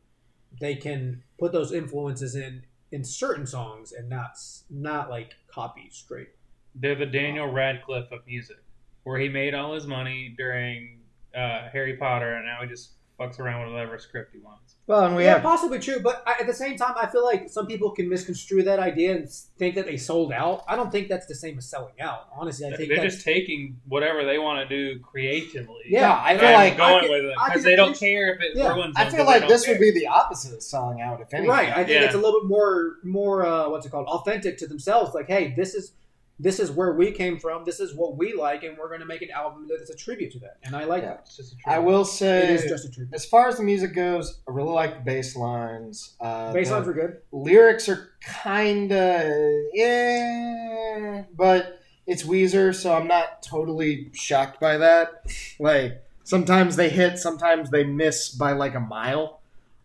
they can put those influences in in certain songs and not s- not like copy straight.
They're the Daniel Radcliffe of music, where he made all his money during uh, Harry Potter, and now he just fucks around with whatever script he wants.
Well, and we
yeah,
have
possibly true, but I, at the same time, I feel like some people can misconstrue that idea and s- think that they sold out. I don't think that's the same as selling out. Honestly, I think
They're
that's,
just taking whatever they want to do creatively.
Yeah,
I
and
feel like
going
I could-
with it
I
because
could
they don't
appreciate-
care if it
Yeah,
ruins.
I
them,
feel
'cause they
like
don't
this would
care.
be the opposite of selling out, if anything.
right. I think
Yeah.
it's a little bit more more uh, what's it called authentic to themselves. Like, hey, this is this is where we came from. This is what we like, and we're going to make an album that's a tribute to that. And I like
Yeah.
that.
It's just a
I
trip.
will
It
say,
is just a tribute.
as far as the music goes, I really like the bass lines. Uh,
Bass
the
lines were good.
lyrics are kind of yeah, but it's Weezer, so I'm not totally shocked by that. Like sometimes they hit, sometimes they miss by like a mile.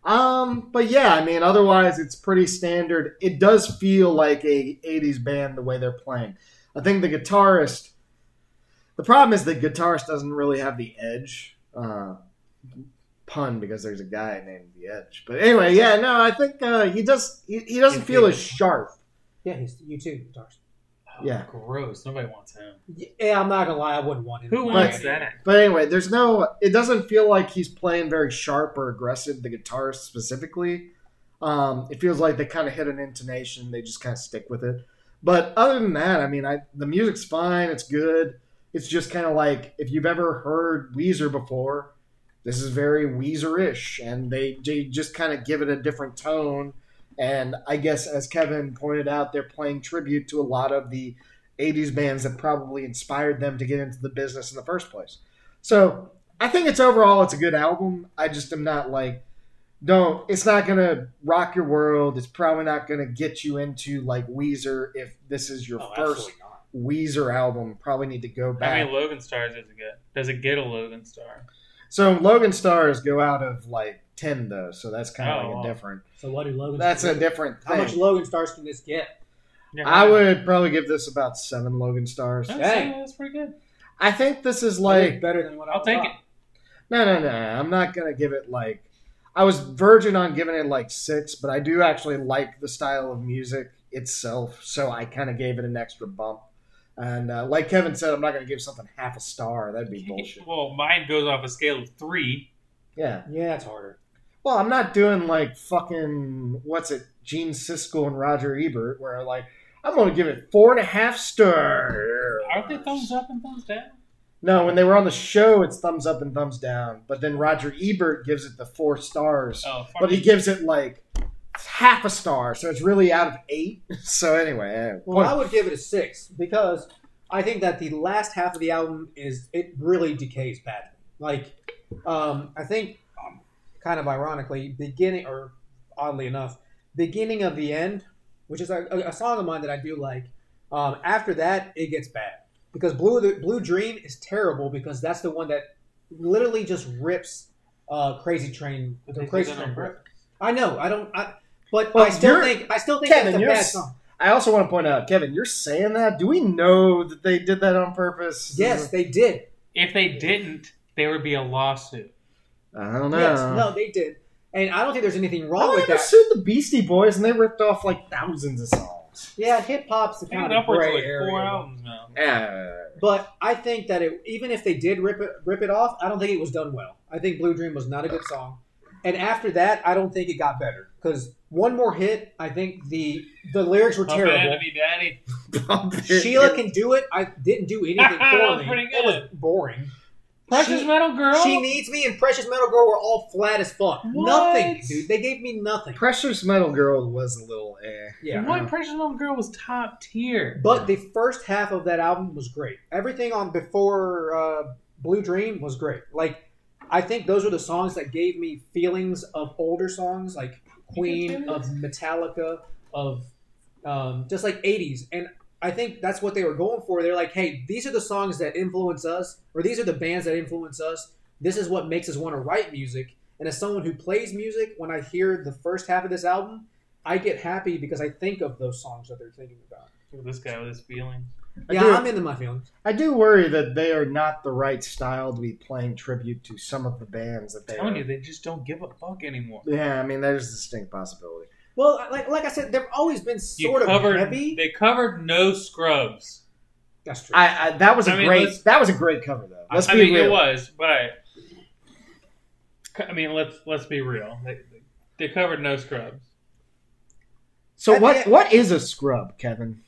Um, but yeah, I mean, otherwise it's pretty standard. It does feel like a '80s band the way they're playing. I think the guitarist. The problem is the guitarist doesn't really have the edge. Uh, pun because there's a guy named the Edge. But anyway, yeah, no, I think uh, he just he, he doesn't feel as sharp.
Yeah, he's, you too, Darcy.
yeah.
gross. Nobody wants him.
Yeah, I'm not gonna lie, I wouldn't want him.
Who
But-
wants that?
But anyway, there's no it doesn't feel like he's playing very sharp or aggressive. The guitarist specifically, um, it feels like they kind of hit an intonation. They just kind of stick with it. But other than that, I mean, I the music's fine. It's good. It's just kind of like if you've ever heard Weezer before, this is very Weezer-ish, and they, they just kind of give it a different tone. And I guess, as Kevin pointed out, they're playing tribute to a lot of the '80s bands that probably inspired them to get into the business in the first place. So I think it's overall it's a good album. I just am not like don't. It's not gonna rock your world. It's probably not gonna get you into like Weezer if this is your
Oh,
first
absolutely not.
Weezer album. Probably need to go back.
How many Logan stars does it get? Does it get a Logan star?
So Logan stars go out of like ten though, so that's kind of
Oh,
like
wow.
a different.
So what do Logan?
That's a
stars-
different
How much
thing.
Logan stars can this get?
Yeah.
I would probably give this about seven Logan stars.
That's,
Dang.
that's pretty good.
I think this is
It's
like
better than what I
I'll
was
take
taught.
it.
no, no, no. I'm not gonna give it like. I was virgin on giving it like six, but I do actually like the style of music itself, so I kind of gave it an extra bump. And uh, like Kevin said, I'm not gonna give something half a star. That'd be bullshit.
Well, mine goes off a scale of three.
Yeah.
Yeah, it's harder.
Well, I'm not doing like fucking what's it, Gene Siskel and Roger Ebert, where like I'm gonna give it four and a half stars.
Aren't they thumbs up and thumbs down?
No, when they were on the show, it's thumbs up and thumbs down. But then Roger Ebert gives it the four stars,
Oh, fuck
but he
you.
gives it like half a star, so it's really out of eight. So anyway, eh,
Well, I would give it a six because I think that the last half of the album is it really decays badly. Like, um, I think, um, kind of ironically, beginning or oddly enough, beginning of the end, which is a, a song of mine that I do like. Um, after that, it gets bad because blue blue dream is terrible because that's the one that literally just rips uh, crazy train
But they
the crazy
did it on
train. riff.
purpose.
I know I don't. I, but
Well,
I still
you're-
think I still think
Kevin,
that's a
you're
bad
s-
song.
I also want to point out, Kevin, you're saying that. Do we know that they did that on purpose?
Yes, they did.
If they didn't, there would be a lawsuit.
I don't know.
Yes, no, they did. And I don't think there's anything wrong
Oh,
Well,
with
they
that.
sued the Beastie Boys and they ripped off like thousands of songs.
yeah, hip hop's the
I think
kind
it's
of
upwards of
gray
like
area.
four albums now.
But I think that it, even if they did rip it, rip it off, I don't think it was done well. I think Blue Dream was not a good song. And after that, I don't think it got better because one more hit, I think the the lyrics were
Pump It In
terrible.
to Be Daddy.
Sheila can do it. I didn't do anything
That
for
was
me.
pretty
It was boring.
Precious
She-
Metal Girl.
She needs me and Precious Metal Girl were all flat as fuck.
What?
Nothing, dude. They gave me nothing.
Precious Metal Girl was a little eh.
Yeah.
What Precious Metal Girl was top tier?
But the first half of that album was great. Everything on before uh, Blue Dream was great. Like, I think those are the songs that gave me feelings of older songs, like Queen, of Metallica, of um, just like 80s. And I think that's what they were going for. They're like, hey, these are the songs that influence us, or these are the bands that influence us. This is what makes us want to write music. And as someone who plays music, when I hear the first half of this album, I get happy because I think of those songs that they're thinking about.
This guy with his feelings.
I
yeah,
do-
I'm into my feelings.
I do worry that they are not the right style to be playing tribute to some of the bands that they.
I'm telling
are.
you, they just don't give a fuck anymore.
Yeah, I mean, there's a distinct possibility.
Well, like like I said, they've always been
You
sort of
covered,
heavy.
They covered no scrubs.
That's true.
I, I that was a
I mean,
great
let's-
that was a great cover though. Let's
I
be
mean,
real.
it was, but I mean, let's let's be real. They, they covered no scrubs.
So
I
what
think-
what is a scrub, Kevin?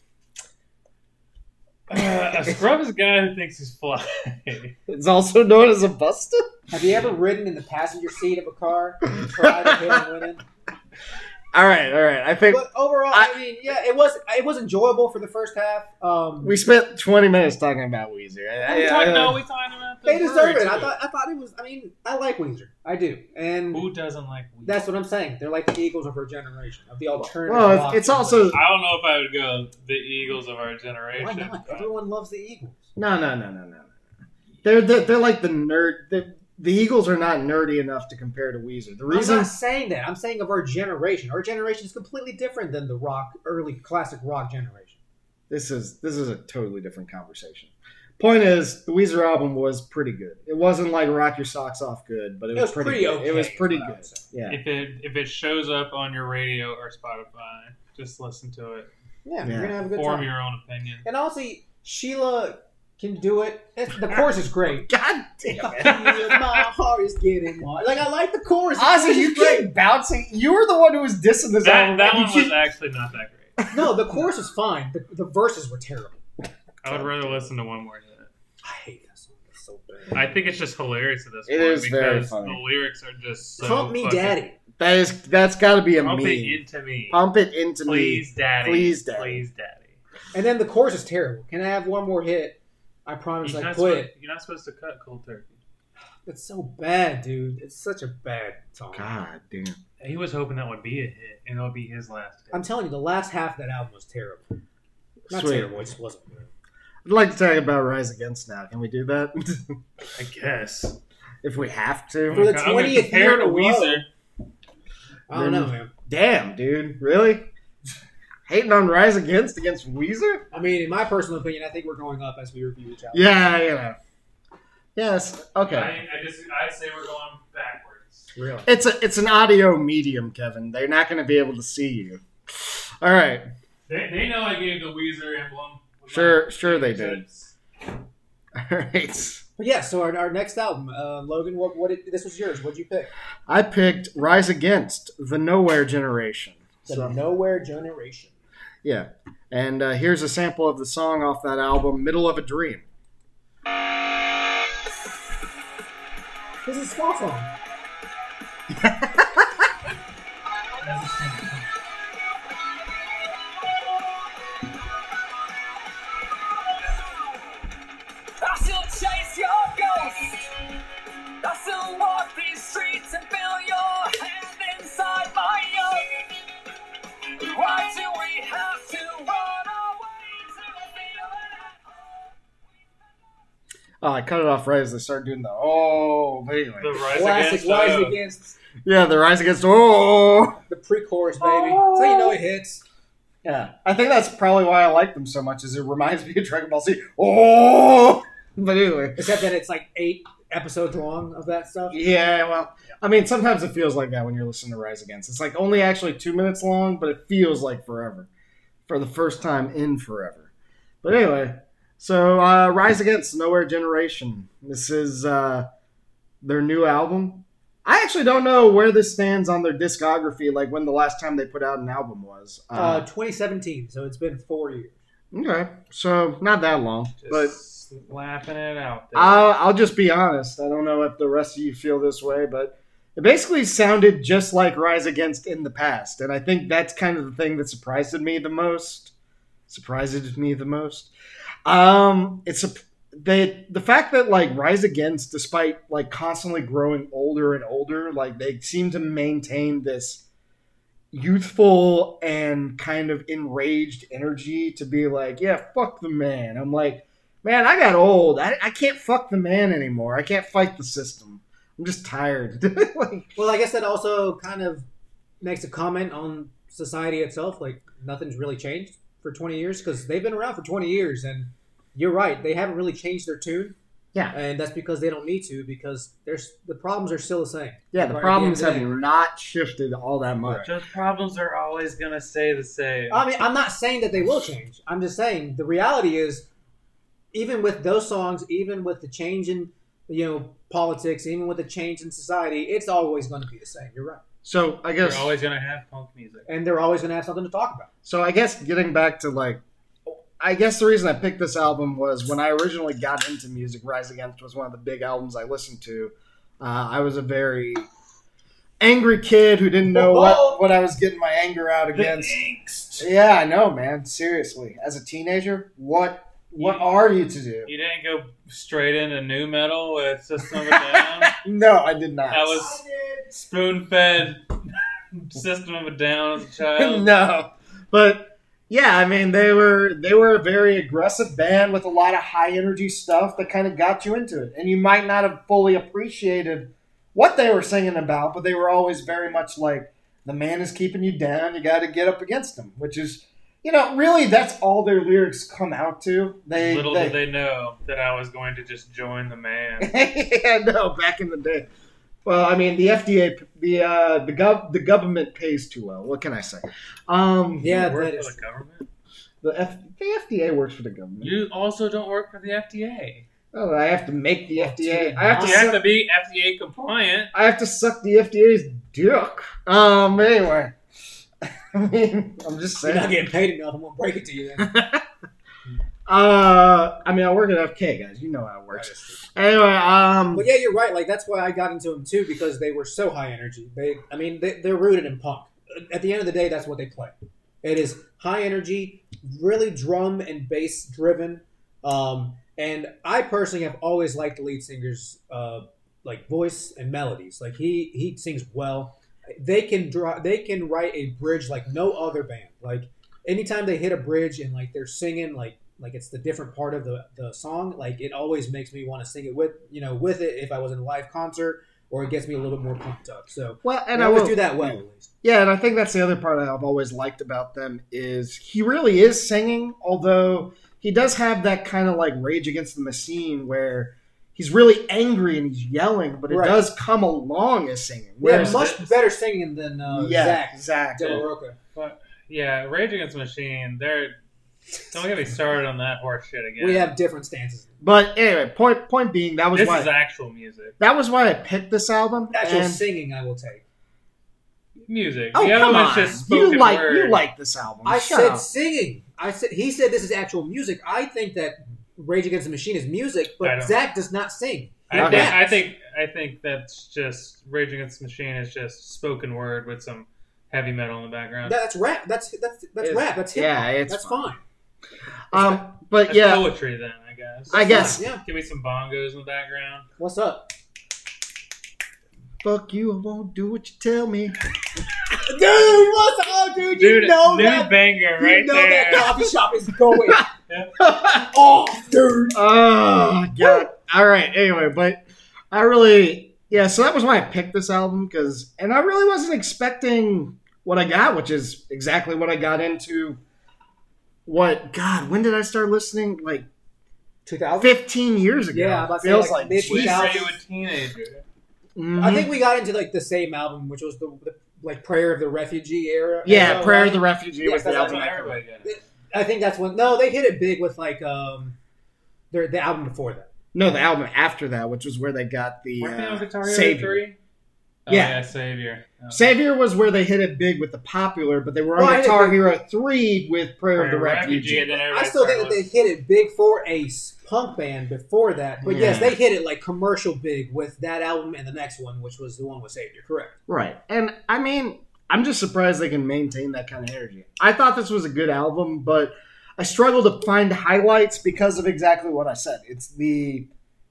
Uh, a scrub is a guy who thinks he's fly.
It's also known as a buster.
Have you ever ridden in the passenger seat of a car and tried to hit and win it?
All right, all right. I think
But overall, I, mean, yeah, it was it was enjoyable for the first half. Um,
we spent 20 minutes talking about Weezer. I-
we
I-
talking,
I-
no, we talking about the
they deserve it.
birds.
I thought I thought it was. I mean, I like Weezer, I do, and
Who doesn't like weed?
that's what I'm saying. They're like the Eagles of our generation, of the alternative.
well,
rock
it's, it's also
I don't know if I would go the Eagles of our
generation.
generation.
why not?
but-
Everyone loves the Eagles.
no, no, no, no, no. They're they're, they're like the nerd. The, the Eagles are not nerdy enough to compare to Weezer. The
I'm
reason
not saying that. I'm saying of our generation. Our generation is completely different than the rock, early classic rock generation.
this is this is a totally different conversation. Point is, the Weezer album was pretty good. It wasn't like Rock Your Socks Off good, but it was, pretty. good.
okay,
it was pretty
is what I
good.
would say.
Yeah,
If it if it shows up on your radio or Spotify, just listen to it.
Yeah,
Yeah.
you're gonna have a good
Form
time.
your own opinion.
And honestly, Sheila can do it. It's, the chorus is great.
God
If I feel my heart is getting wild. Like I like the chorus. The
Ozzy,
chorus
you
is great.
keep bouncing. You were the one who was dissing this
That,
album.
that
You
one
keep-
was actually not that great.
No, the chorus is fine. The, the verses were terrible.
I would rather listen to one more than that.
I hate that song. It's so bad.
I think it's just hilarious at this
It
point
is
because
very funny.
the lyrics are just so
Pump me,
fucking-
daddy.
That is that's got to be a
Pump
meme.
it into me.
Pump it into
please, daddy.
Please, daddy.
Please, daddy.
And then the chorus is terrible. Can I have one more hit? I promise
You're
I
not,
quit.
supposed, you're not supposed to cut cold turkey.
It's so bad, dude. It's such a bad song.
me. God damn.
He was hoping that would be a hit, and it'll be his last hit.
I'm telling you, the last half of that album was terrible. Not
Sweet.
terrible. It just wasn't good.
I'd like to talk about Rise Against now. Can we do that?
I guess.
if we have to.
For the
I'm gonna
20th
compare
year
it
in
to
a row.
Weezer.
I don't
Then-
know, man.
Damn, dude. Really? Hating on Rise Against against Weezer?
I mean, in my personal opinion, I think we're going up as we review each album.
Yeah, you know. Yes. Okay.
I, I just I say we're going backwards.
Really?
It's a it's an audio medium, Kevin. They're not going to be able to see you. All right.
They, they know I gave the Weezer emblem.
Sure, sure they did. All right.
But yeah, so our, our next album, uh, Logan, what what did, this was yours? What'd you pick?
I picked Rise Against the Nowhere Generation.
The
So-
Nowhere Generation.
Yeah. And uh, here's a sample of the song off that album, Middle of a Dream.
This is spot on.
I still chase your ghost. I still walk these streets and feel your hand inside my yoke. Why do we have to run away to feel at home?
Oh, I cut it off right as they started doing the oh. But anyway,
The Rise
Classic
Against.
Rise
uh,
Against
yeah, the Rise Against oh.
the pre-chorus, baby. That's how you know it hits.
Yeah, I think that's probably why I like them so much, is it reminds me of Dragon Ball Z. Oh, but anyway,
Except that it's like eight episodes long of that stuff.
yeah. Well, I mean, sometimes it feels like that when you're listening to Rise Against. It's like only actually two minutes long, but it feels like forever, for the first time in forever. But anyway, so uh, Rise Against Nowhere Generation. This is uh, their new album. I actually don't know where this stands on their discography, like when the last time they put out an album was.
Uh,
Uh,
2017, so it's been four years.
okay, so not that long,
just
but
slapping it out there.
I'll, I'll just be honest. I don't know if the rest of you feel this way, but it basically sounded just like Rise Against in the past. And I think that's kind of the thing that surprised me the most. Surprised me the most. Um, it's a, they, the fact that like Rise Against, despite like constantly growing older and older, like they seem to maintain this youthful and kind of enraged energy to be like, yeah, fuck the man. I'm like, man, I got old. I, I can't fuck the man anymore. I can't fight the system. I'm just tired. like,
Well, I guess that also kind of makes a comment on society itself. Like nothing's really changed for 20 years because they've been around for 20 years, and you're right, they haven't really changed their tune.
Yeah.
and that's because they don't need to because there's the problems are still the same.
yeah, the
Right,
problems
yeah,
have
yeah.
not shifted all that much.
Those problems are always gonna stay the same.
I mean, I'm not saying that they will change. I'm just saying the reality is, even with those songs, even with the change in you know politics, even with the change in society, it's always going to be the same. You're right,
So I
You're
guess
always gonna have punk music.
and they're always going to have something to talk about.
So I guess getting back to like, I guess the reason I picked this album was when I originally got into music, Rise Against was one of the big albums I listened to. Uh, I was a very angry kid who didn't know what, what I was getting my anger out against. Yeah, I know, man. Seriously, as a teenager, what what
You-
are you to do?
You didn't go straight into new metal with System of a Down.
No, I did not.
I was spoon fed System of a Down as a child.
no, but yeah, I mean they were they were a very aggressive band with a lot of high energy stuff that kind of got you into it, and you might not have fully appreciated what they were singing about, but they were always very much like the man is keeping you down, you got to get up against him, which is you know really that's all their lyrics come out to. They
Little
they,
did they know that I was going to just join the man.
yeah, no, back in the day. Well, I mean, the FDA, the uh, the gov- the government pays too well. What can I say? Um,
Yeah,
you work
that
for
is-
the government.
the, F- the FDA works for the government.
You also don't work for the FDA.
oh, I have to make the
Well,
FDA.
dude,
I have to.
You have
Suck,
to be FDA compliant.
I have to suck the FDA's dick. Um. Anyway, I mean, I'm just
You're not
saying.
getting paid enough. I'm going to break it to you. Then.
Uh, I mean, I work at FK, guys. You know how it works. Anyway, um,
but yeah, you're right. Like that's why I got into them too because they were so high energy. They, I mean, they, they're rooted in punk. At the end of the day, that's what they play. It is high energy, really drum and bass driven. Um, and I personally have always liked the lead singer's uh, like voice and melodies. Like he he sings well. They can draw. They can write a bridge like no other band. Like anytime they hit a bridge and like they're singing like like it's the different part of the, the song like it always makes me want to sing it with you know with it if i was in a live concert or it gets me a little bit more pumped up so
well, and
and
I
i always
will
do that well at least.
Yeah, and I think that's the other part I've always liked about them is he really is singing, although he does have that kind of like rage against the machine where he's really angry and he's yelling, but it
Right.
does come along as singing.
yeah
Whereas
much
this?
better singing than uh,
yeah,
zach
exactly.
De La Roca.
Yeah, Rage Against the Machine. They're don't get me started on that horse shit again.
we have different stances
But anyway, point point being that was
this
why
is actual music.
that was why I picked this album.
actual
and-
singing i will take
Music.
oh
the other
come
one's
on,
just
you
spoken
like
word.
you like this album.
i
Shut
said
up.
singing i said he said this is actual music i think that rage against the machine is music
I
but
don't-
zach does not sing He
I think, I
raps.
think I think that's just Rage Against the Machine is just spoken word with some heavy metal in the background.
that's rap that's that's that's
It's-
rap that's hip
yeah, it's
that's
fine.
fine
Um, but
That's
yeah,
poetry then, I guess.
I guess
yeah
Give me some bongos in the background.
what's up
fuck you, I won't do what you tell me.
Dude, what's up, dude? You
Dude,
know
new
that.
banger right
you know
there.
that coffee shop is going
Yeah.
off, dude.
Oh god! All right. Anyway, but I really yeah. So that was why I picked this album because, and I really wasn't expecting what I got, which is exactly what I got into. What God? When did I start listening? Like
2000.
fifteen years ago.
Yeah, I was about to say,
feels
like,
like,
mid-
When
Jesus.
are you a teenager?
Mhm.
I think we got into like the same album, which was the, the like Prayer of the Refugee era.
yeah,
era,
Prayer
right?
of the Refugee
uh, Yeah,
was the
that's
album.
what
I
everybody got.
I think that's when. No, they hit it big with like um, their the album before that.
No, the album after that, which was where they got the
Weren't they on
uh,
Guitar Hero
Savior.
3? Oh,
Yeah.
yeah. Savior. Oh.
Savior was where they hit it big with the popular, but they were on
Well, Oh, I hit it
Guitar
big-
Hero Three with Prayer, of the Refugee.
and then
I
everybody
still think that
started
they hit it big for a s- punk band before that, but yes,
Yeah.
they hit it like commercial big with that album and the next one, which was the one with Savior. Correct.
Right. And I mean, I'm just surprised they can maintain that kind of energy. I thought this was a good album, but I struggle to find highlights because of exactly what I said. It's the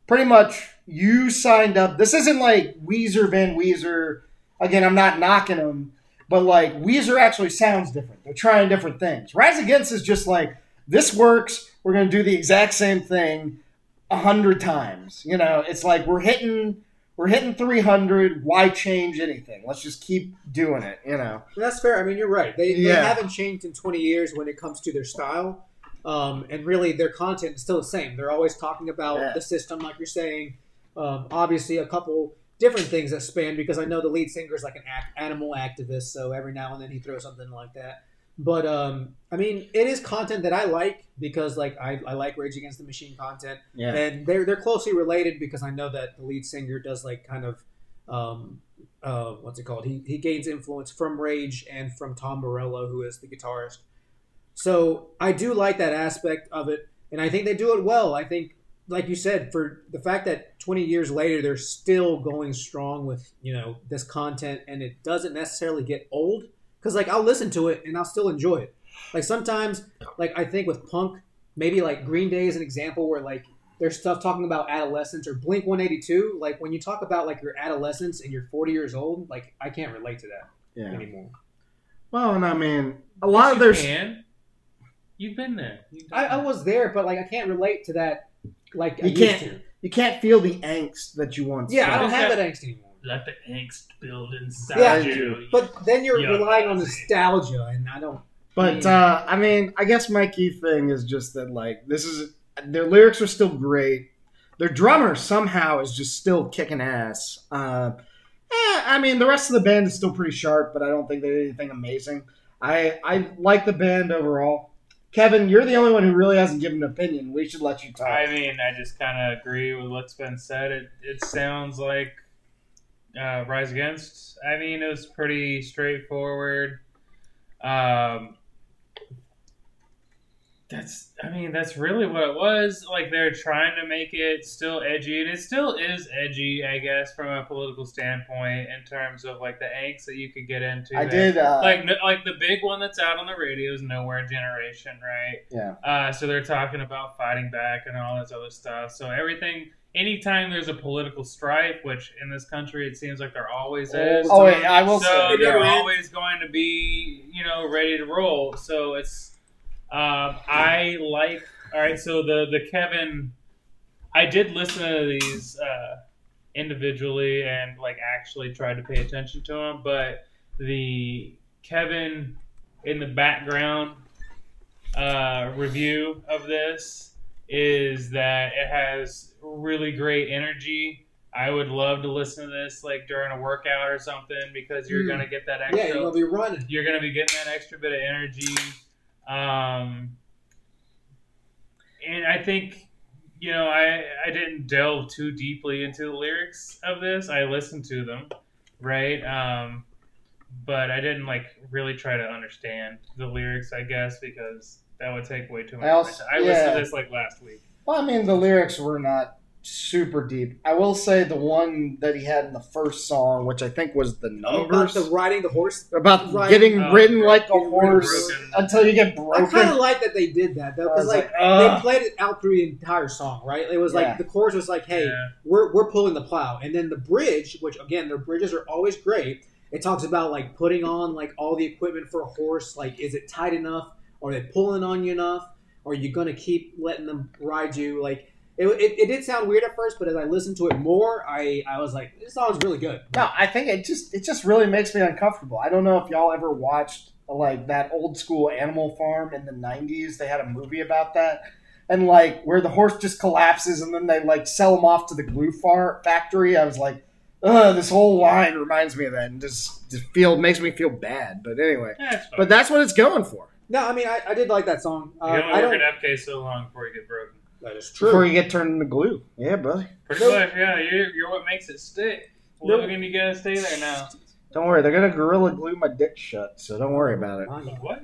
pretty much you signed up. This isn't like Weezer Van Weezer. Again, I'm not knocking them. But like Weezer actually sounds different. They're trying different things. Rise Against is just like this works. We're going to do the exact same thing a hundred times. You know, it's like we're hitting we're hitting three hundred. Why change anything? Let's just keep doing it. You know.
That's fair. I mean, you're right. They,
Yeah.
they haven't changed in 20 years when it comes to their style. Um, and really, their content is still the same. They're always talking about
Yeah.
the system, like you're saying. Um, obviously, a couple different things that span because I know the lead singer is like an act, animal activist, so every now and then he throws something like that. But um, I mean, it is content that I like because, like, I, I like Rage Against the Machine content
Yeah.
and they're they're closely related because I know that the lead singer does like kind of um, uh, what's it called? He he gains influence from Rage and from Tom Morello, who is the guitarist. So I do like that aspect of it, and I think they do it well. I think, like you said, for the fact that 20 years later they're still going strong with you know this content, and it doesn't necessarily get old. Because like I'll listen to it and I'll still enjoy it. Like sometimes, like I think with punk, maybe like Green Day is an example where like there's stuff talking about adolescence or Blink 182. Like when you talk about like your adolescence and you're 40 years old, like I can't relate to that
Yeah.
anymore.
Well, and I mean, a lot of
you
their
can. You've been there. You've done
I, I
that.
was there, but like I can't relate to that. Like I
You can't-
used
you can't feel the angst that you once.
to. Yeah, I
felt.
don't have that angst anymore.
Let the angst build inside
Yeah.
you.
But then you're
Yeah.
relying on nostalgia, and I don't.
But uh, I mean, I guess my key thing is just that like this is their lyrics are still great. Their drummer somehow is just still kicking ass. Uh, eh, I mean, the rest of the band is still pretty sharp, but I don't think they did anything amazing. I I like the band overall. Kevin, you're the only one who really hasn't given an opinion. We should let you talk.
I mean, I just kind of agree with what's been said. It, it sounds like uh, Rise Against. I mean, it was pretty straightforward. Um, that's, I mean, that's really what it was. Like, they're trying to make it still edgy, and it still is edgy, I guess, from a political standpoint, in terms of like the angst that you could get into.
I
it
did. Uh,
like n- like the big one that's out on the radio is Nowhere Generation, right?
Yeah.
Uh, so they're talking about fighting back and all this other stuff. So everything, anytime there's a political strife, which in this country it seems like there always is.
oh wait, I will
so
say.
they're
Yeah.
always going to be you know ready to roll. So it's um, I like. All right, so the the Kevin, I did listen to these uh, individually and like actually tried to pay attention to them, but the Kevin in the background uh, review of this is that it has really great energy. I would love to listen to this like during a workout or something because you're
Hmm.
gonna get that extra
Yeah, you're gonna be running.
you're gonna be getting that extra bit of energy. Um, and I think you know I I didn't delve too deeply into the lyrics of this. I listened to them, right? Um, but I didn't like really try to understand the lyrics, I guess, because that would take way too much.
I also-
time. I listened
yeah.
to this like last week.
Well, I mean, the lyrics were not super deep. I will say the one that he had in the first song, which I think was the
About
numbers
the riding the horse.
about
Right.
getting
Oh,
ridden
right.
like a
Getting ridden
horse
broken.
until you get
I kind of
broken.
like that they did that though,
I was
because like
like, "Ugh."
they played it out through the entire song, right? It was
Yeah.
like the chorus was like, "Hey,
Yeah.
we're, we're pulling the plow. And then the bridge, which again, their bridges are always great. It talks about like putting on like all the equipment for a horse. Like, is it tight enough? Are they pulling on you enough? Are you going to keep letting them ride you? Like, it, it, it did sound weird at first, but as I listened to it more, I, I was like, this song's really good.
No, I think it just it just really makes me uncomfortable. I don't know if y'all ever watched like that old school Animal Farm in the '90s. They had a movie about that, and like where the horse just collapses and then they like sell him off to the glue far- factory. I was like, Ugh, this whole line reminds me of that, and just, just feel makes me feel bad. But anyway,
Yeah, it's fine.
but that's what it's going for.
No, I mean, I, I did like that song.
you
Uh,
only
I
work
don't.
at FK so long before you get broken.
That is
Before you get turned into glue, yeah, brother.
Pretty
Nope.
much, yeah. You're, you're what makes it stick.
Nope.
Logan, you gotta stay there now.
Don't worry, they're gonna gorilla glue my dick shut, so don't worry about it.
What?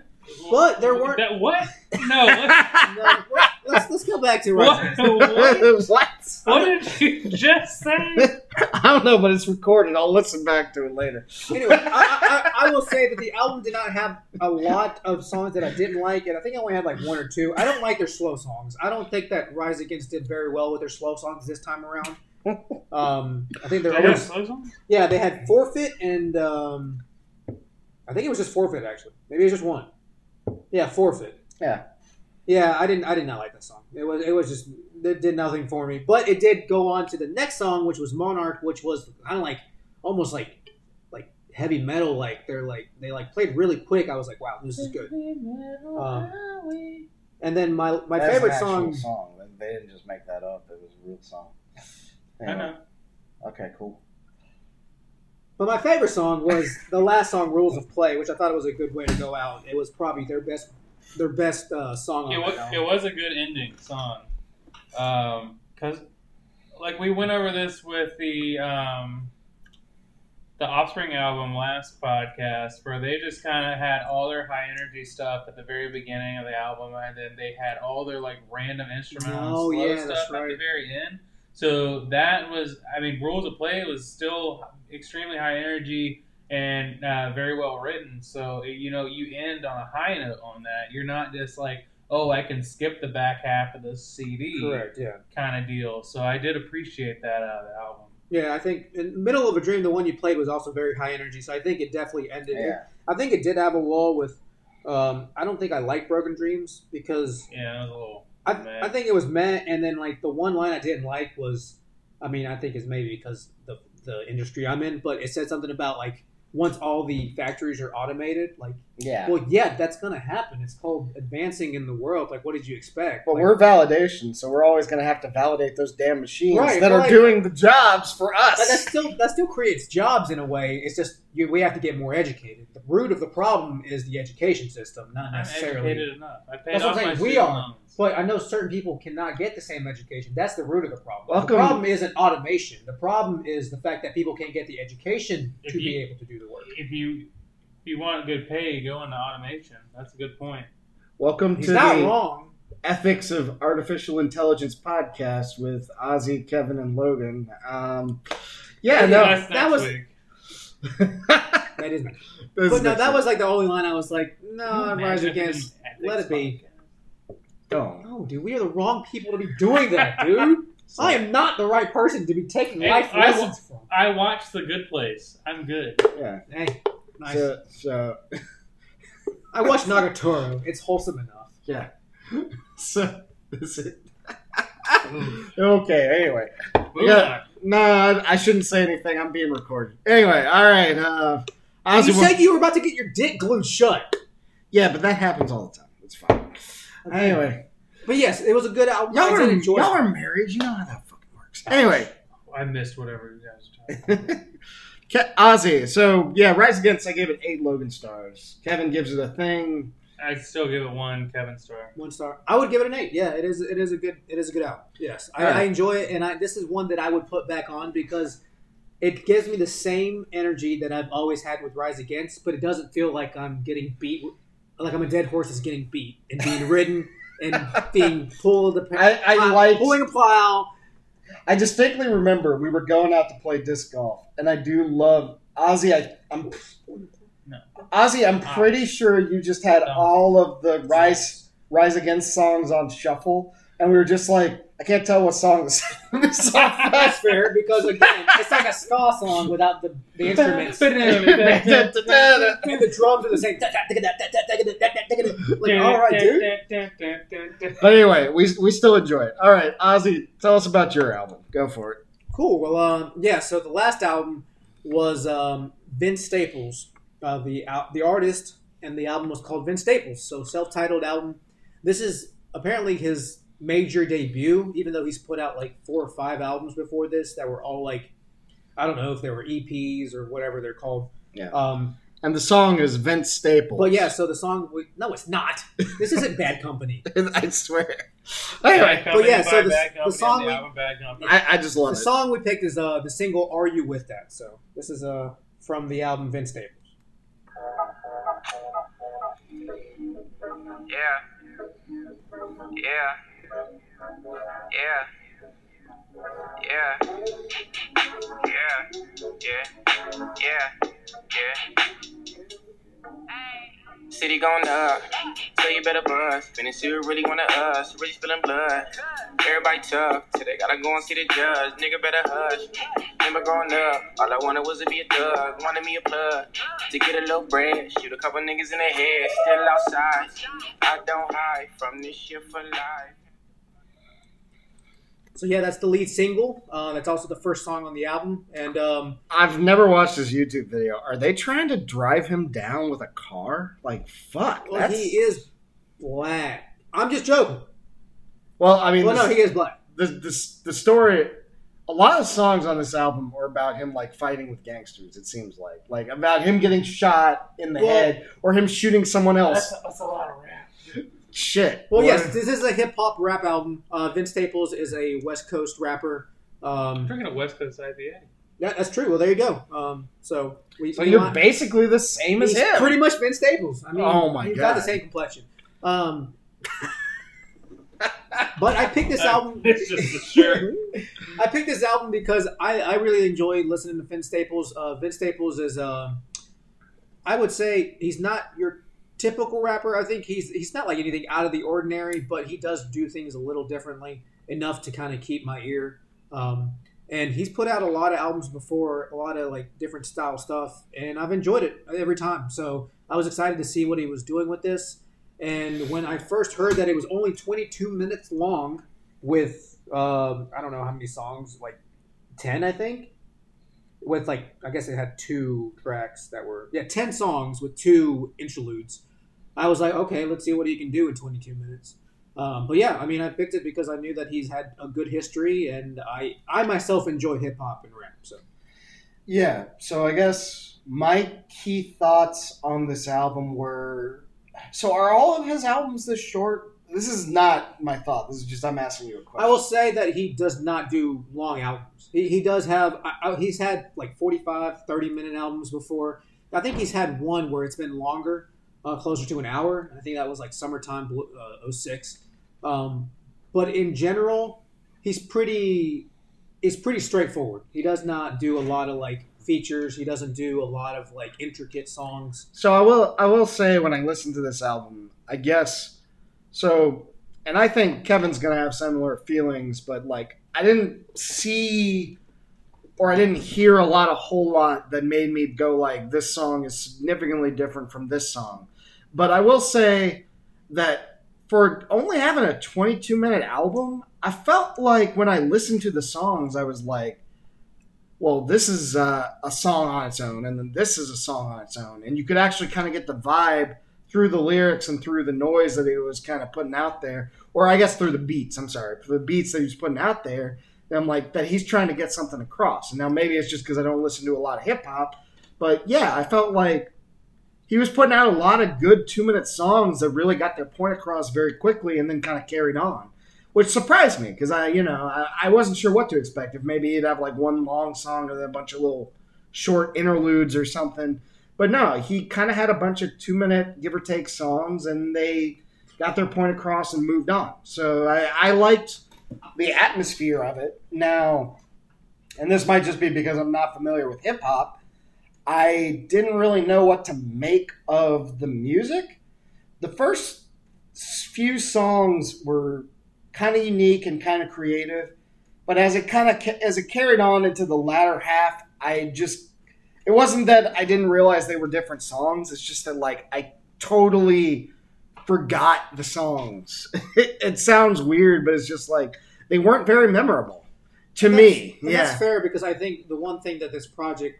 But there weren't-
That, what? No.
No,
What,
let's, let's go back to Rise Against.
what,
What?
what did you just say?
I don't know, but it's recorded. I'll listen back to it later.
anyway, I, I, I will say that the album did not have a lot of songs that I didn't like, and I think I only had like one or two. I don't like their slow songs. I don't think that Rise Against did very well with their slow songs this time around. Um, I think they're
Did I
always
slow song?
yeah they had Forfeit and um, I think it was just forfeit actually. Maybe it was just one. Yeah, forfeit.
Yeah.
Yeah, I didn't. I did not like that song. It was. It was just. It did nothing for me. But it did go on to the next song, which was Monarch, which was kind of like almost like like heavy metal. Like they're like they like played really quick. I was like, wow, this is good. Um, and then my my
That's an
favorite
actual
song.
song. They- They didn't just make that up. It was a real song.
I
Anyway,
know.
okay, cool.
But my favorite song was the last song, "Rules of Play," which I thought was a good way to go out. It was probably their best, their best uh, song on
It was,
that album.
it was a good ending song. Um, cause like we went over this with the um, the Offspring album last podcast, where they just kind of had all their high energy stuff at the very beginning of the album, and then they had all their like random instrumental and
Oh,
slow
yeah,
stuff
that's
at the
right.
very end. So that was, I mean, Rules of Play was still extremely high energy and uh, very well written. So you know, you end on a high note on that. You're not just like, oh, I can skip the back half of the CD
Correct. Yeah.
kind of deal. So I did appreciate that out of the album.
Yeah, I think in Middle of a Dream, the one you played was also very high energy, so I think it definitely ended.
Yeah,
I think it did have a wall with. Um, I don't think I like Broken Dreams because
Yeah, it was a little.
I,
Meh.
I think it was meh. And then like the one line I didn't like was, I mean, I think is maybe because the the industry I'm in, but it said something about like once all the factories are automated, like
yeah.
well, yeah, that's gonna happen. It's called advancing in the world. Like, what did you expect?
But
Like,
we're validation, so we're always going to have to validate those damn machines
Right,
that
but
are
like-
doing the jobs for
But that
us.
still that still creates jobs in a way. It's just you, we have to get more educated. The root of the problem is the education system, not
I'm
necessarily.
educated enough. I paid
That's what I'm
off my
saying. We
student
are.
loans.
But I know certain people cannot get the same education. That's the root of the problem.
Welcome-
The problem isn't automation. The problem is the fact that people can't get the education
If
to be
you-
able to do the work.
If you if you want good pay, go into automation. That's a good point.
Welcome
He's
to
not
the
wrong.
Ethics of Artificial Intelligence podcast with Ozzy, Kevin, and Logan. Um, yeah,
Maybe
no.
That's
that
next
was-
week.
That is,
This
but
is
no, that
next
was like the only line I was like, no,
Can you
I rise
imagine if we
against.
did an
let
ethics
it be.
podcast?
week. Oh.
No, dude, we are the wrong people to be doing that, dude. I am not the right person to be taking
Hey,
life
I
lessons from.
I watched The Good Place. I'm good.
Hey, nice.
So, so
I watched Nagatoro. It's wholesome enough.
so this is okay. Anyway,
Moving
Yeah.
on.
no, I- I shouldn't say anything. I'm being recorded. Anyway, all right. Uh, Ozzy,
you
we're-
said you were about to get your dick glued shut.
yeah, but that happens all the time. It's fine. Anyway,
But yes, it was a good album.
y'all
I
are
did enjoy
y'all
it.
are married. You know how that fucking works. Anyway,
I missed whatever you guys were talking
Ke- Ozzy. So yeah, Rise Against. I gave it eight Logan stars. Kevin gives it a thing.
about. I'd still give it one Kevin Star.
One star. I would give it an eight. Yeah, it is. It is a good. It is a good album. Yes, I,
Alright.
I enjoy it, and I this is one that I would put back on because it gives me the same energy that I've always had with Rise Against, but it doesn't feel like I'm getting beat, like I'm a dead horse that's getting beat and being ridden and being pulled.
I, I like.
pulling a plow.
I distinctly remember we were going out to play disc golf, and I do love Ozzy. I, I'm
No.
Ozzy. I'm pretty sure you just had
No.
all of the Rise Rise Against songs on shuffle, and we were just like, I can't tell what song this this is.
That's fair because again, it's like a ska song without the, the instruments. And the drums are the same. Like, all right, dude.
dude.
but anyway, we we still enjoy it. All right, Ozzy, tell us about your album. Go for it.
Cool. Well, um, yeah. So the last album was um, Vince Staples, uh, the al- the artist, and the album was called Vince Staples. So self-titled album. This is apparently his major debut, even though he's put out like four or five albums before this that were all like, I don't know if they were EPs or whatever they're called.
Yeah.
Um,
And the song is Vince Staples.
But yeah, so the song. We, no, it's not. This isn't Bad Company.
I swear. Anyway,
But yeah, so the- the song we-
I, I just love
The song we picked is uh, the single "Are You With That." So this is uh, from the album Vince Staples.
Yeah. Yeah. Yeah. Yeah. Yeah. Yeah. Yeah. Yeah. City going up, so you better buzz. Finish you really wanna us, really spilling blood.
everybody tough. Today gotta go and see the judge. Nigga better hush. Remember growing up, all I wanted was to be a thug. Wanted me a plug to get a little bread. Shoot a couple niggas in the head. Still outside. I don't hide from this shit for life.
So yeah, that's the lead single. Uh, that's also the first song on the album. And um,
I've never watched his YouTube video. Are they trying to drive him down with a car? Like, fuck.
well,
that's,
he is black. I'm just joking.
well, I mean,
Well, no,
this-
he is black.
the, the, the story a lot of songs on this album are about him like fighting with gangsters it seems like like about him getting shot in the
Well-
head or him shooting someone
That's,
else
that's a lot of rap.
shit
Well,
Or-
yes, this is a hip hop rap album. Uh, Vince Staples is a West Coast rapper.
I'm
Um,
drinking a West Coast IPA.
that, that's true. Well, there you go. Um, so we,
so
we
you're
want-
basically the same as
he's
him
pretty much Vince Staples. I mean,
Oh my
he's got
God.
the same complexion. Um, but I picked
Uh,
this album.
It's just the shirt.
I picked this album because I, I really enjoy listening to Vince Staples. Uh, Vince Staples is, uh, I would say, he's not your typical rapper. I think he's he's not like anything out of the ordinary, but he does do things a little differently enough to kind of keep my ear. Um, and he's put out a lot of albums before, a lot of like different style stuff, and I've enjoyed it every time. So I was excited to see what he was doing with this. And when I first heard that it was only 22 minutes long, with um, I don't know how many songs, like ten, I think. With like, I guess it had two tracks that were yeah, ten songs with two interludes. I was like, okay, let's see what he can do in 22 minutes. Um, but yeah, I mean, I picked it because I knew that he's had a good history, and I I myself enjoy hip hop and rap. So
Yeah. So I guess my key thoughts on this album were so are all of his albums this short? This is not my thought. This is just I'm asking you a question.
I will say that he does not do long albums. He, he does have, I, I, he's had like 45, 30 minute albums before. I think he's had one where it's been longer, uh, closer to an hour. And I think that was like Summertime Blue- uh, 06. Um, but in general, he's pretty, he's pretty straightforward. He does not do a lot of like features. He doesn't do a lot of like intricate songs.
So I will I will say when I listen to this album, I guess so and I think Kevin's gonna have similar feelings, but like I didn't see or I didn't hear a lot a whole lot that made me go like this song is significantly different from this song. But I will say that for only having a 22 minute album, I felt like when I listened to the songs, I was like, well, this is uh, a song on its own, and then this is a song on its own. And you could actually kind of get the vibe through the lyrics and through the noise that he was kind of putting out there, or I guess through the beats, I'm sorry, through the beats that he was putting out there. And I'm like, that he's trying to get something across. And now maybe it's just because I don't listen to a lot of hip hop, but yeah, I felt like he was putting out a lot of good two minute songs that really got their point across very quickly and then kind of carried on which surprised me because I, you know, I, I wasn't sure what to expect. If maybe he'd have like one long song and then a bunch of little short interludes or something. But no, he kind of had a bunch of two minute give or take songs and they got their point across and moved on. So I, I liked the atmosphere of it. Now, and this might just be because I'm not familiar with hip hop, I didn't really know what to make of the music. The first few songs were kind of unique and kind of creative. But as it kind of as it carried on into the latter half, I just it wasn't that I didn't realize they were different songs. It's just that like I totally forgot the songs. it, sounds weird, but it's just like they weren't very memorable to me.
And
yeah.
that's fair because I think the one thing that this project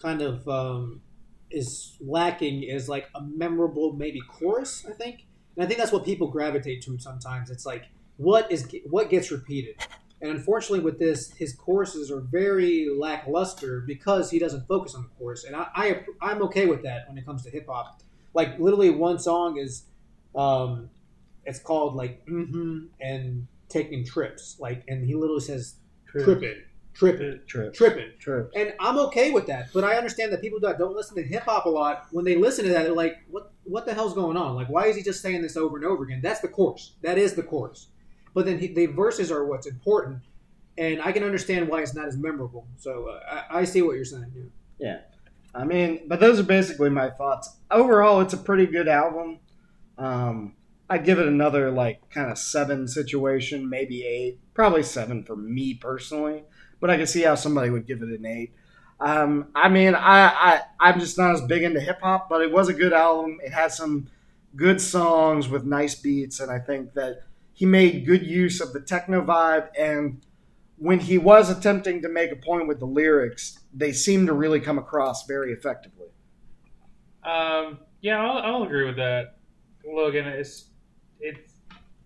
kind of um, is lacking is like a memorable maybe chorus. I think, and I think that's what people gravitate to sometimes. It's like what is what gets repeated, and unfortunately with this, his choruses are very lackluster because he doesn't focus on the chorus, and I, I I'm okay with that when it comes to hip hop. Like literally one song is. Um, it's called like mm-hmm and taking trips like and he literally says tripping, tripping,
True.
tripping.
True.
And I'm okay with that, but I understand that people that don't listen to hip hop a lot, when they listen to that, they're like, "What? What the hell's going on? Like, why is he just saying this over and over again?" That's the chorus. That is the chorus. But then he, the verses are what's important, and I can understand why it's not as memorable. So uh, I, I see what you're saying. Yeah.
I mean, but those are basically my thoughts. Overall, it's a pretty good album. Um, I'd give it another like kind of seven situation, maybe eight, probably seven for me personally. But I can see how somebody would give it an eight. Um, I mean, I, I I'm just not as big into hip hop, but it was a good album. It had some good songs with nice beats, and I think that he made good use of the techno vibe. And when he was attempting to make a point with the lyrics, they seemed to really come across very effectively.
Um, yeah, I'll, I'll agree with that, Logan. It's it's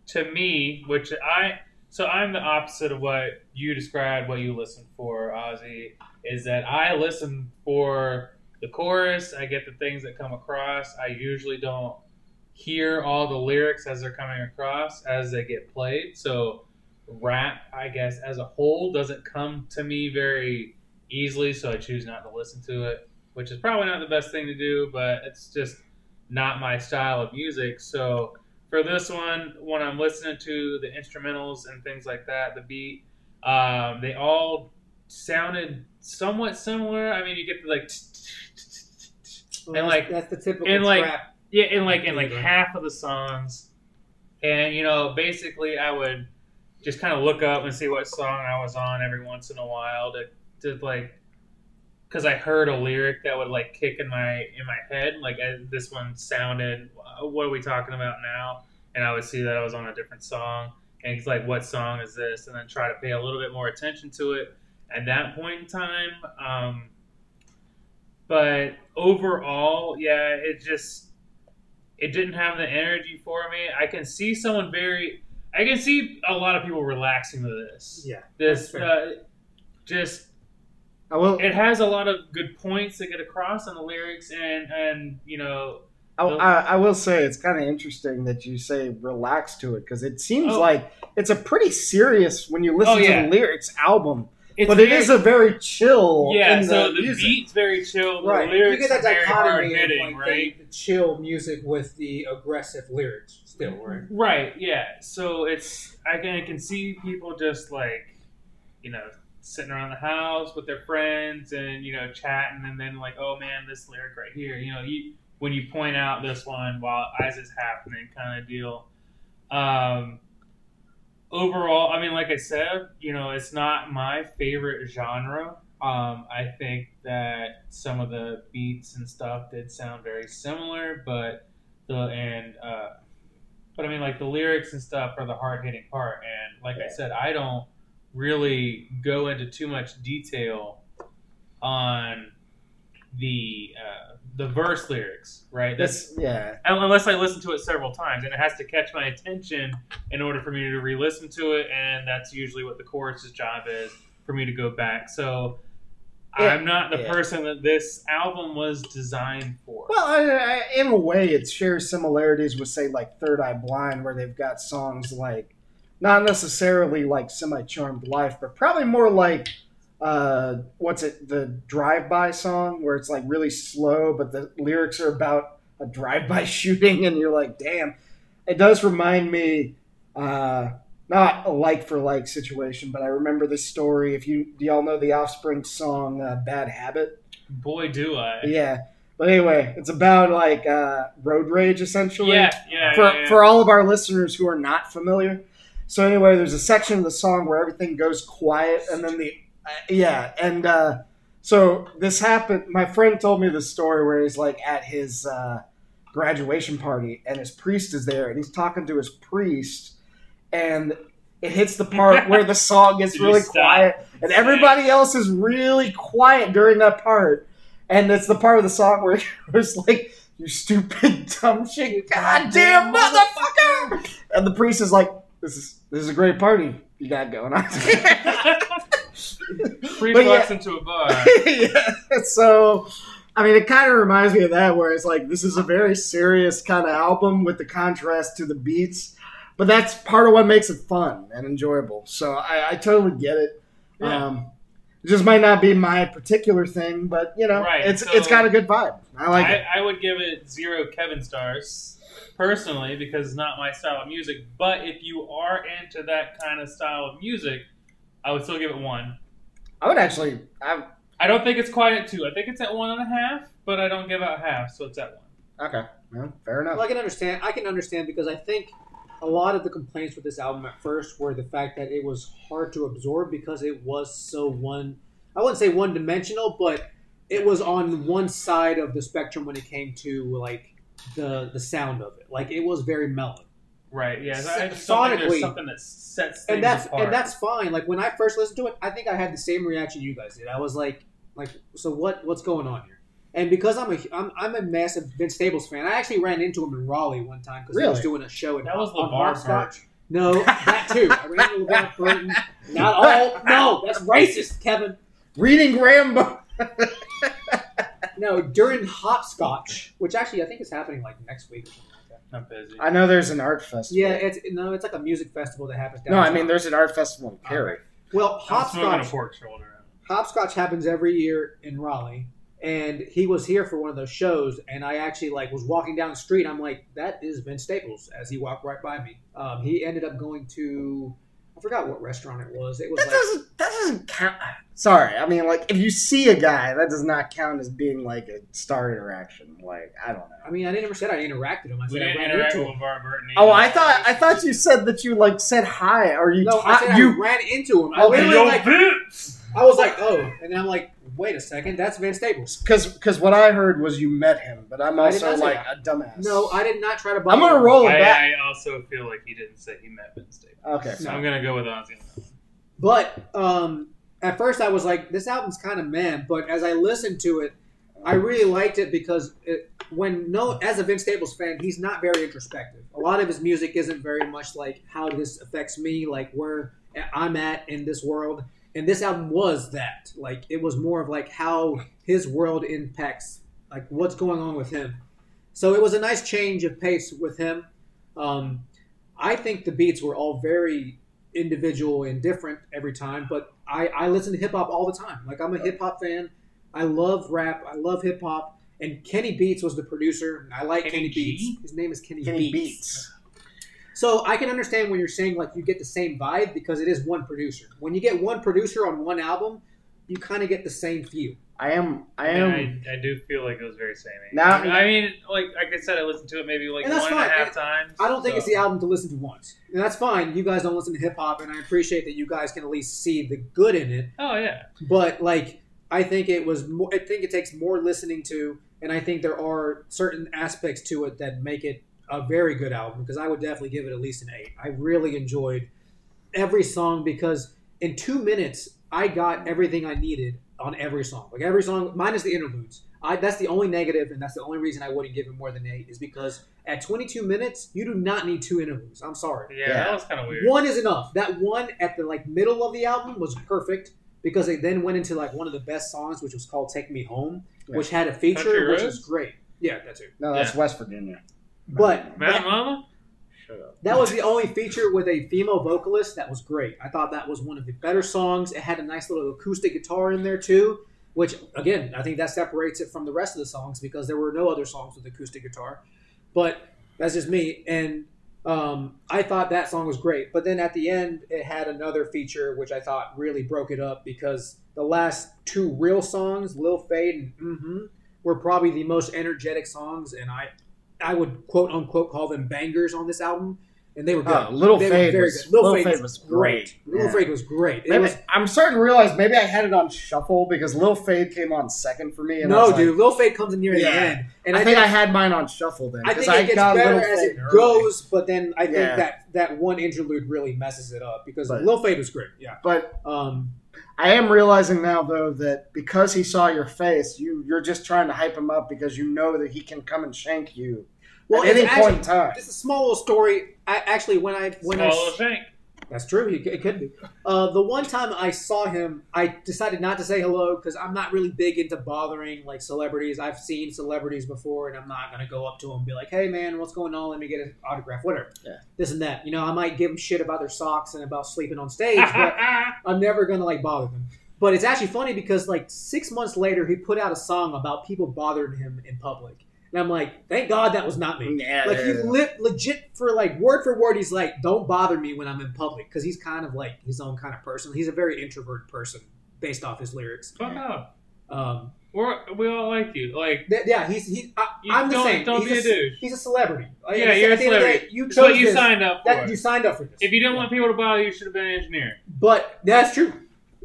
to me, which I so I'm the opposite of what you described. What you listen for, Ozzy, is that I listen for the chorus. I get the things that come across. I usually don't hear all the lyrics as they're coming across as they get played. So rap, I guess, as a whole, doesn't come to me very easily. So I choose not to listen to it which is probably not the best thing to do, but it's just not my style of music. So for this one, when I'm listening to the instrumentals and things like that, the beat, um, they all sounded somewhat similar. I mean, you get the, like
Well, that's-
And, like-
that's the typical
and, like,
trap.
yeah, in like in like
Yeah.
half of the songs, and you know, basically, I would just kind of look up and see what song I was on every once in a while to to like, because I heard a lyric that would like kick in my in my head, like I, this one sounded. uh, What are we talking about now? And I would see that I was on a different song, and it's like, what song is this? And then try to pay a little bit more attention to it at that point in time. Um, but overall, yeah, it just it didn't have the energy for me. I can see someone very, I can see a lot of people relaxing to this.
yeah.
This
That's
uh, just
I will.
it has a lot of good points that get across in the lyrics and and you know
I, I, I will say it's kind of interesting that you say relax to it because it seems
Oh.
like it's a pretty serious when you listen
Oh,
to
yeah.
the lyrics album,
it's
but
very-
it is a very chill.
yeah
in the
so the
music.
beat's very chill the
Right. You get
lyrics
that
are very hard
dichotomy of
hitting
like
right
the, the chill music with the aggressive lyrics still, right?
Right. Yeah. So it's I can I can see people just like, you know, sitting around the house with their friends and you know chatting, and then like, oh man, this lyric right here. You know, you when you point out this one while as it's happening, kind of deal. Um, overall, I mean, like I said, you know, it's not my favorite genre. Um, I think that some of the beats and stuff did sound very similar, but the and uh, but I mean, like the lyrics and stuff are the hard hitting part. And like I said, I don't really go into too much detail on the uh, the verse lyrics, right?
That's yeah.
unless I listen to it several times, and it has to catch my attention in order for me to re-listen to it, and that's usually what the chorus's job is for me to go back. So
Yeah.
I'm not the
Yeah.
person that this album was designed for.
Well, I, I, in a way, it shares similarities with say like Third Eye Blind, where they've got songs like not necessarily like semi charmed life, but probably more like uh, what's it the drive by song where it's like really slow, but the lyrics are about a drive by shooting, and you're like, damn. It does remind me, uh, not a like for like situation, but I remember this story. If you do y'all know the Offspring song uh, "Bad Habit."
Boy, do I!
Yeah. But anyway, it's about like uh, road rage essentially.
yeah, yeah,
For,
yeah, yeah.
for all of our listeners who are not familiar. So anyway, there's a section of the song where everything goes quiet and then the uh, yeah, and uh, so this happened my friend told me this story where he's like at his uh, graduation party and his priest is there and he's talking to his priest and it hits the part where the song gets
You
really
stop.
quiet and everybody else is really quiet during that part and it's the part of the song where it's like you stupid dumb shit goddamn motherfucker and the priest is like this is this is a great party you got going on
Free
But
bucks into a bar.
yeah. So, I mean, it kind of reminds me of that, where it's like this is a very serious kind of album with the contrast to the beats, but that's part of what makes it fun and enjoyable. So I, I totally get it.
Yeah.
Um, it just might not be my particular thing, but you know,
Right,
it's
so-
it's got a good vibe. I like it.
I, I would give it zero Kevin stars personally because it's not my style of music. But if you are into that kind of style of music, I would still give it one.
I would actually. I,
I don't think it's quite at two. I think it's at one and a half, but I don't give out half, so it's at one.
okay. Yeah, fair enough.
Well, I can understand. I can understand because I think a lot of the complaints with this album at first were the fact that it was hard to absorb because it was so one. I wouldn't say one dimensional, but it was on one side of the spectrum when it came to like the the sound of it. Like it was very mellow.
Right. Yeah. I- I just don't think
Sonically.
there's something that sets things
and that's
apart.
and that's fine. Like when I first listened to it, I think I had the same reaction you guys did. I was like, like, so what? What's going on here? And because I'm a I'm, I'm a massive Vince Staples fan, I actually ran into him in Raleigh one time because he was
Really?
doing a show. In,
That was
on
LeVar
Hotspot. No, that too. I ran into LeVar Burton. Not all. No, that's racist, Kevin.
Reading Rambo.
No, during Hopscotch, which actually I think is happening like next week. or something like that.
I'm busy.
I know there's an art festival.
Yeah, it's no, it's like a music festival that happens.
No, I
downtown.
mean there's an art festival in
Uh,
Cary.
well,
I'm smoking a
Hopscotch
pork shoulder.
Hopscotch happens every year in Raleigh, and he was here for one of those shows. And I actually like was walking down the street. I'm like, that is Vince Staples as he walked right by me. Um, he ended up going to, I forgot what restaurant it was. It was
That
like,
doesn't. That doesn't count. Sorry, I mean like if you see a guy, that does not count as being like a star interaction. Like I don't know.
I mean, I never said I interacted with him. I
We
said I
didn't
ran
interact
into
with
him.
LeVar Burton.
Oh,
either.
I thought I thought you said that you like said hi or you
No, I
ta-
said I
you.
ran into him. I
Oh,
literally
Yo,
like,
Vince!
I was like, oh, and then I'm like, wait a second, that's Vince Staples.
Because because what I heard was you met him, but I'm
I did
also
not say
like a dumbass.
No, I did not try to.
I'm gonna
bother him.
roll it back.
I, I also feel like he didn't say he met Vince Staples.
Okay,
So I'm gonna go with Ozzy. on that one.
But um, at first, I was like, this album's kind of man. But as I listened to it, I really liked it because it, when no, as a Vince Staples fan, he's not very introspective. A lot of his music isn't very much like how this affects me, like where I'm at in this world. And this album was that. Like it was more of like how his world impacts, like what's going on with him. So it was a nice change of pace with him. Um, I think the beats were all very individual and different every time, but I, I listen to hip hop all the time. Like I'm a hip hop fan. I love rap. I love hip hop. And Kenny Beats was the producer. and I like Kenny,
Kenny
Beats.
G?
His name is Kenny,
Kenny
Beats.
Beats.
So I can understand when you're saying like you get the same vibe because it is one producer. When you get one producer on one album, you kind of get the same feel.
I am. I
And
am.
I, I do feel like it was very samey.
Now-
I mean, like like I said, I listened to it maybe like
And
one
that's
and a half
fine.
times.
I don't think it's
so-
the album to listen to once. And that's fine. You guys don't listen to hip hop, and I appreciate that you guys can at least see the good in it.
Oh yeah,
But like, I think it was. More, I think it takes more listening to, and I think there are certain aspects to it that make it a very good album. Because I would definitely give it at least an eight. I really enjoyed every song because in two minutes I got everything I needed on every song. Like every song, minus the interludes. I, that's the only negative, and that's the only reason I wouldn't give it more than eight is because at 22 minutes, you do not need two interludes. I'm sorry.
yeah,
Yeah.
that was kind of weird.
One is enough. That one at the like middle of the album was perfect because they then went into like one of the best songs, which was called "Take Me Home," which had a feature,
Country
which
Roads?
was great. Yeah, that's it.
no, that's
Yeah.
West Virginia.
But
Mad
that,
Mama.
Shut up.
that was the only feature with a female vocalist that was great. I thought that was one of the better songs. It had a nice little acoustic guitar in there too, which again I think that separates it from the rest of the songs because there were no other songs with acoustic guitar. But that's just me. And um, I thought that song was great. But then at the end, it had another feature which I thought really broke it up because the last two real songs, Lil Fade and Mm-hmm, were probably the most energetic songs, and I, I would quote unquote call them bangers on this album. And they were good.
Oh, Lil
They were
Fade
very
was-
good. Lil,
Lil
Fade,
Fade
was
was
great.
great.
Lil
Yeah.
Fade was great. It
Maybe,
was,
I'm starting to realize maybe I had it on shuffle because Lil Fade came on second for me. And I
no,
was like-
dude, Lil Fade comes in near
Yeah.
the end, and
I,
I,
think
did-
I had mine on shuffle then.
I
'cause
think it gets
got
better
Lil
as
Fade
it
early.
goes, but then I think
Yeah.
that that one interlude really messes it up because
But-
Lil Fade was great. Yeah.
But
Um,
I am realizing now though that because he saw your face, you you're just trying to hype him up because you know that he can come and shank you
well,
at
it's
any
actually,
point in time.
It's a small little story. I actually when I when I
Swallow Shank.
that's true. It, it could be. Uh, the one time I saw him, I decided not to say hello because I'm not really big into bothering like celebrities. I've seen celebrities before, and I'm not gonna go up to them and be like, "Hey, man, what's going on? Let me get an autograph, whatever."
Yeah.
This and that. You know, I might give them shit about their socks and about sleeping on stage, but I'm never gonna like bother them. But it's actually funny because like six months later, he put out a song about people bothering him in public, and I'm like, thank God that was not me.
Yeah,
Like
yeah,
he
yeah.
li- legit for like word for word, he's like, don't bother me when I'm in public because he's kind of like
Oh.
his own kind of person. He's a very introverted person based off his lyrics.
Fuck off.
Um,
We're, we all like you. Like,
Th- yeah, he's he. I,
You
I'm the
don't-
same.
don't
he's
be a
ce-
douche.
He's a celebrity. Like,
Yeah,
at the
you're
end
a
of the day,
celebrity.
You
it's
chose
what you
this.
signed up for.
That, you signed up for this.
if you didn't
Yeah.
want people to bother you, you should have been an engineer.
but that's true.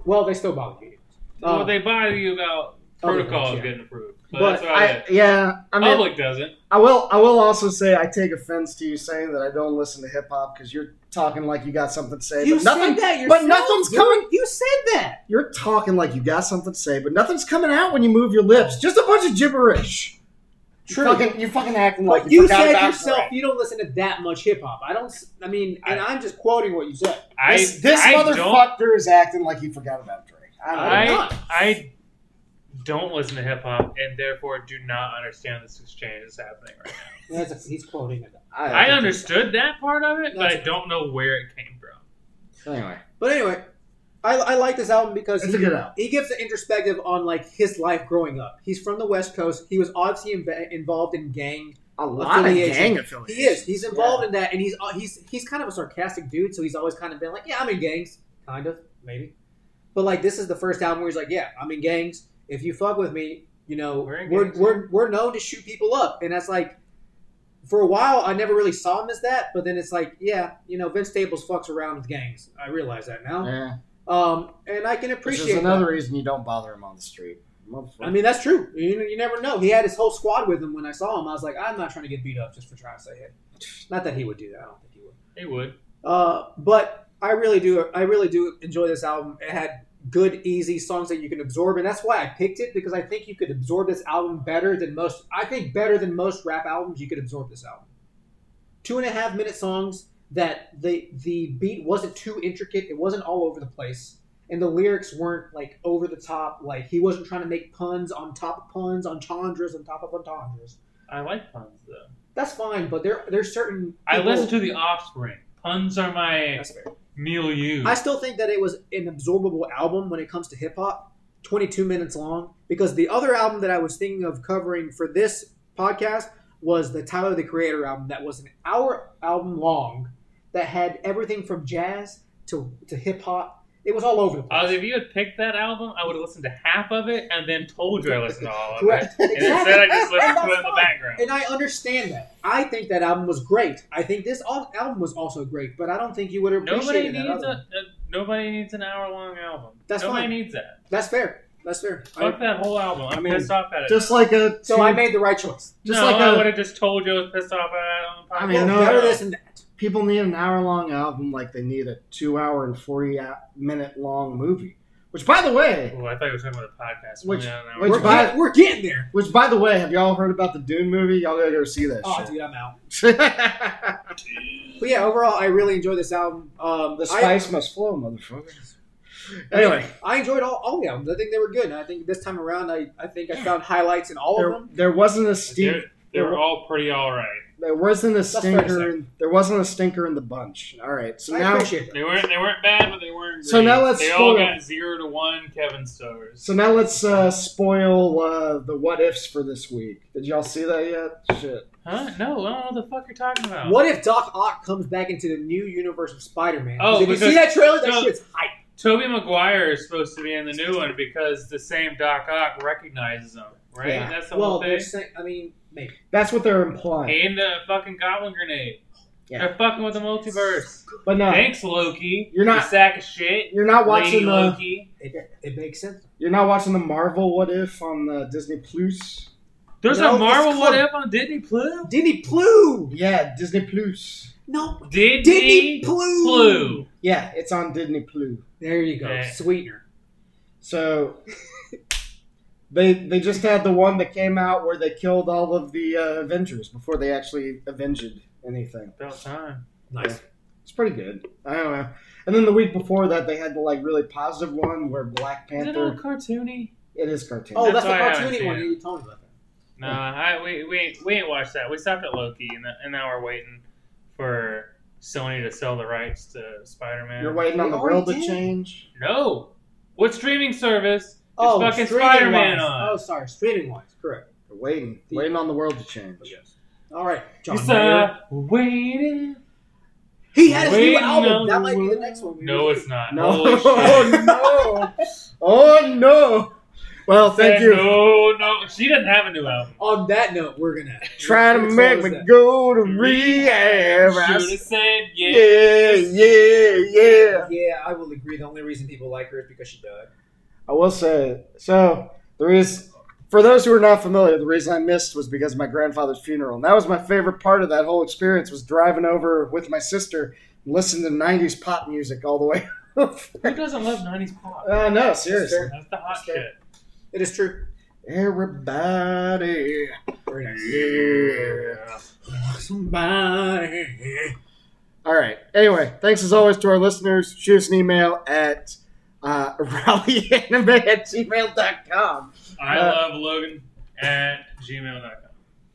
Well, they still bother you. Uh,
well, they bother you about
other
protocols
things, Oh, yeah.
getting approved. But,
But
that's about
I,
it.
yeah, I mean,
Public doesn't.
I will. I will also say I take offense to you saying that I don't listen to hip hop because you're talking like you got something to say.
You
but nothing.
said that yourself.
but nothing's
dude.
coming-
You said that.
You're talking like you got something to say, but nothing's coming out when you move your lips. Just a bunch of gibberish.
True.
You fucking, you fucking acting like
you
forgot
said
about
yourself
Drake.
you don't listen to that much hip hop. I don't. s- I mean, and I, am just quoting what you said.
I,
this this
I don't,
motherfucker is acting like he forgot about Drake. I don't
I'm
know.
not.
I, I don't listen to hip hop and therefore do not understand this exchange that's happening right now.
That's a, he's quoting it.
I understood that part of it, but I
That's-
don't know where it came from.
Anyway,
But anyway, I, I like this album because
It's
he,
a good album.
he gives an introspective on like his life growing up. He's from the West Coast. He was obviously inv- involved in gang.
a lot of
Affiliation.
gang
He
affiliation.
is. He's involved in that, and he's uh, he's he's kind of a sarcastic dude. So he's always kind of been like, yeah, I'm in gangs, kind of maybe. But like this is the first album where he's like, yeah, I'm in gangs. If you fuck with me, you know
We're
we're
in
we're,
gangs.
we're, known to shoot people up, and that's like. For a while, I never really saw him as that, but then it's like, yeah, you know, Vince Staples fucks around with gangs. I realize that now.
Yeah,
Um, and I can
which
appreciate
is another reason you don't bother him on the street.
that. I mean, that's true. You, you never know. He had his whole squad with him when I saw him. I was like, I'm not trying to get beat up just for trying to say hit. Not that he would do that. I don't think he would.
It would.
Uh, but I really do. I really do enjoy this album. It had good, easy songs that you can absorb, and that's why I picked it because I think you could absorb this album better than most. I think better than most rap albums, you could absorb this album. Two and a half minute songs that the the beat wasn't too intricate. It wasn't all over the place. And the lyrics weren't like over the top. Like he wasn't trying to make puns on top of puns on chandras on top of entendres.
I like puns though.
That's fine, but there there's certain
I
people-
listen to The Offspring. Puns are my
That's fair.
milieu.
I still think that it was an absorbable album when it comes to hip hop, 22 minutes long, because the other album that I was thinking of covering for this podcast was the Tyler the Creator album that was an hour album long that had everything from jazz to, to hip hop. It was all over the place.
Oz, if you had picked that album, I would have listened to half of it and then told you I listened to all of it.
Correct.
And instead, I
And
just listened to
that's
it in the
fine.
background.
And I understand that. I think that album was great. I think this al- album was also great, but I don't think you would have
Nobody
appreciated that
needs
other
a,
one.
a- nobody needs an hour long album.
That's
nobody
fine.
needs that.
That's fair. That's fair. I-
Fuck that whole album. I'm
I mean,
pissed off at it.
just like a
so
two-
I made the right choice.
just
no,
like
I
a-
would have just told you I was pissed off at it on the podcast.
I mean, no,
better
no.
this than that.
people need an hour long album like they need a two hour and forty ou- minute long movie. Which, by the way,
Ooh, I thought you were talking about the podcast.
Which-
Only an hour.
which
We're,
by-
get- we're getting there.
which by the way, have y'all heard about the Dune movie? Y'all gotta go see that
Oh,
shit.
dude, I'm out.
the
But yeah, overall, I really enjoyed this album. Um, I-
spice must flow, motherfucker. Anyway,
I enjoyed all, all the albums. I think they were good. And I think this time around, I, I think I found highlights in all of
there,
them.
there wasn't a
They're-
steep.
they were all pretty all right.
There wasn't a
fair to
stinker. In, there wasn't a stinker in the bunch. All right, so
I
now,
appreciate
They
that.
weren't. They weren't bad, but they weren't. Great.
So now let's
They all
spoil-
got zero to one Kevin stars.
so now let's uh, spoil uh, the what ifs for this week. Did y'all see that yet? Shit.
Huh? No, I don't know what the fuck you're talking about.
What if Doc Ock comes back into the new universe of Spider-Man?
Oh,
if you see
because-
that trailer, that
no.
shit's hype.
Toby Maguire is supposed to be in the new one because the same Doc Ock recognizes him, right?
Yeah.
That's the
Well,
whole
they're
thing.
saying, I mean, maybe.
That's what they're implying.
And the fucking Goblin Grenade.
Yeah.
They're fucking with the multiverse.
But no,
Thanks, Loki.
You're not-
you sack of shit.
you're not
Lady
watching the.
Loki.
It, it makes sense.
You're not watching the Marvel What If on the Disney Plus.
There's
No,
a Marvel
it's
What
close.
If on Disney Plus.
Disney Blue.
Yeah, Disney Plus.
No,
Disney,
Disney Blue.
Blue.
Yeah, it's on Disney Plus.
There you go.
Yeah.
Sweetener.
So they they just had the one that came out where they killed all of the uh, Avengers before they actually avenged anything.
About time.
Nice.
It's pretty good. I don't know. And then the week before that, they had the like really positive one where Black
Is it all
Panther.
cartoony?
It is cartoon.
Oh, that's,
That's why I
the
haven't
cartoony
seen
one
it.
you told me about. That.
No, I, we, we, ain't- we ain't watched that. We stopped at Loki, and, that, and now we're waiting for Sony to sell the rights to Spider-Man.
You're waiting on
They
the world to
already did.
change.
No. What streaming service is
Oh,
fucking
streaming
Spider-Man
wise.
on?
Oh, sorry, streaming wise, correct.
You're waiting,
The-
waiting on the world to change.
Oh, Yes. All right, John.
It's
Mayer.
uh, waiting.
He had his new
Waiting
album.
on
That might be
the
the next one.
No, it's not.
No,
Holy shit.
oh no, oh no! Well, thank
Said,
you.
No, no, she doesn't have a new album.
On that note, we're gonna
Trying to
What song
make
is
me
that?
go to rehab. I
Should have
s-
said yeah.
Yeah, yeah, yeah.
yeah. I will agree. The only reason people like her is because she died.
I will say so. There is, for those who are not familiar, the reason I missed was because of my grandfather's funeral, and that was my favorite part of that whole experience. Was driving over with my sister, and listening to '90s pop music all the way.
Who doesn't love '90s pop?
uh, no, seriously.
That's the hot
Sure.
shit.
It is true.
Everybody,
Very nice.
yeah.
Somebody.
All right. Anyway, thanks as always to our listeners. Shoot us an email at uh, rallyanime at gmail.com.
I
Uh,
love Logan at gmail.com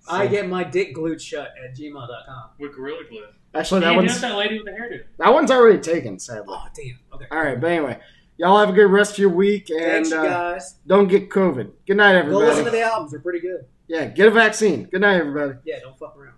I get my dick glued shut at gmail.com.
with Gorilla Glue.
Actually,
Hey,
that
you
one's
know that lady with the hairdo.
that one's already taken, sadly.
Oh, damn. Okay.
All right, but anyway, y'all have a good rest of your week and
Thanks, you
uh,
guys.
don't get COVID. Good night,
Go listen to
everybody.
the albums. They're pretty good.
Yeah, get a vaccine. Good night, everybody.
Yeah, don't fuck around.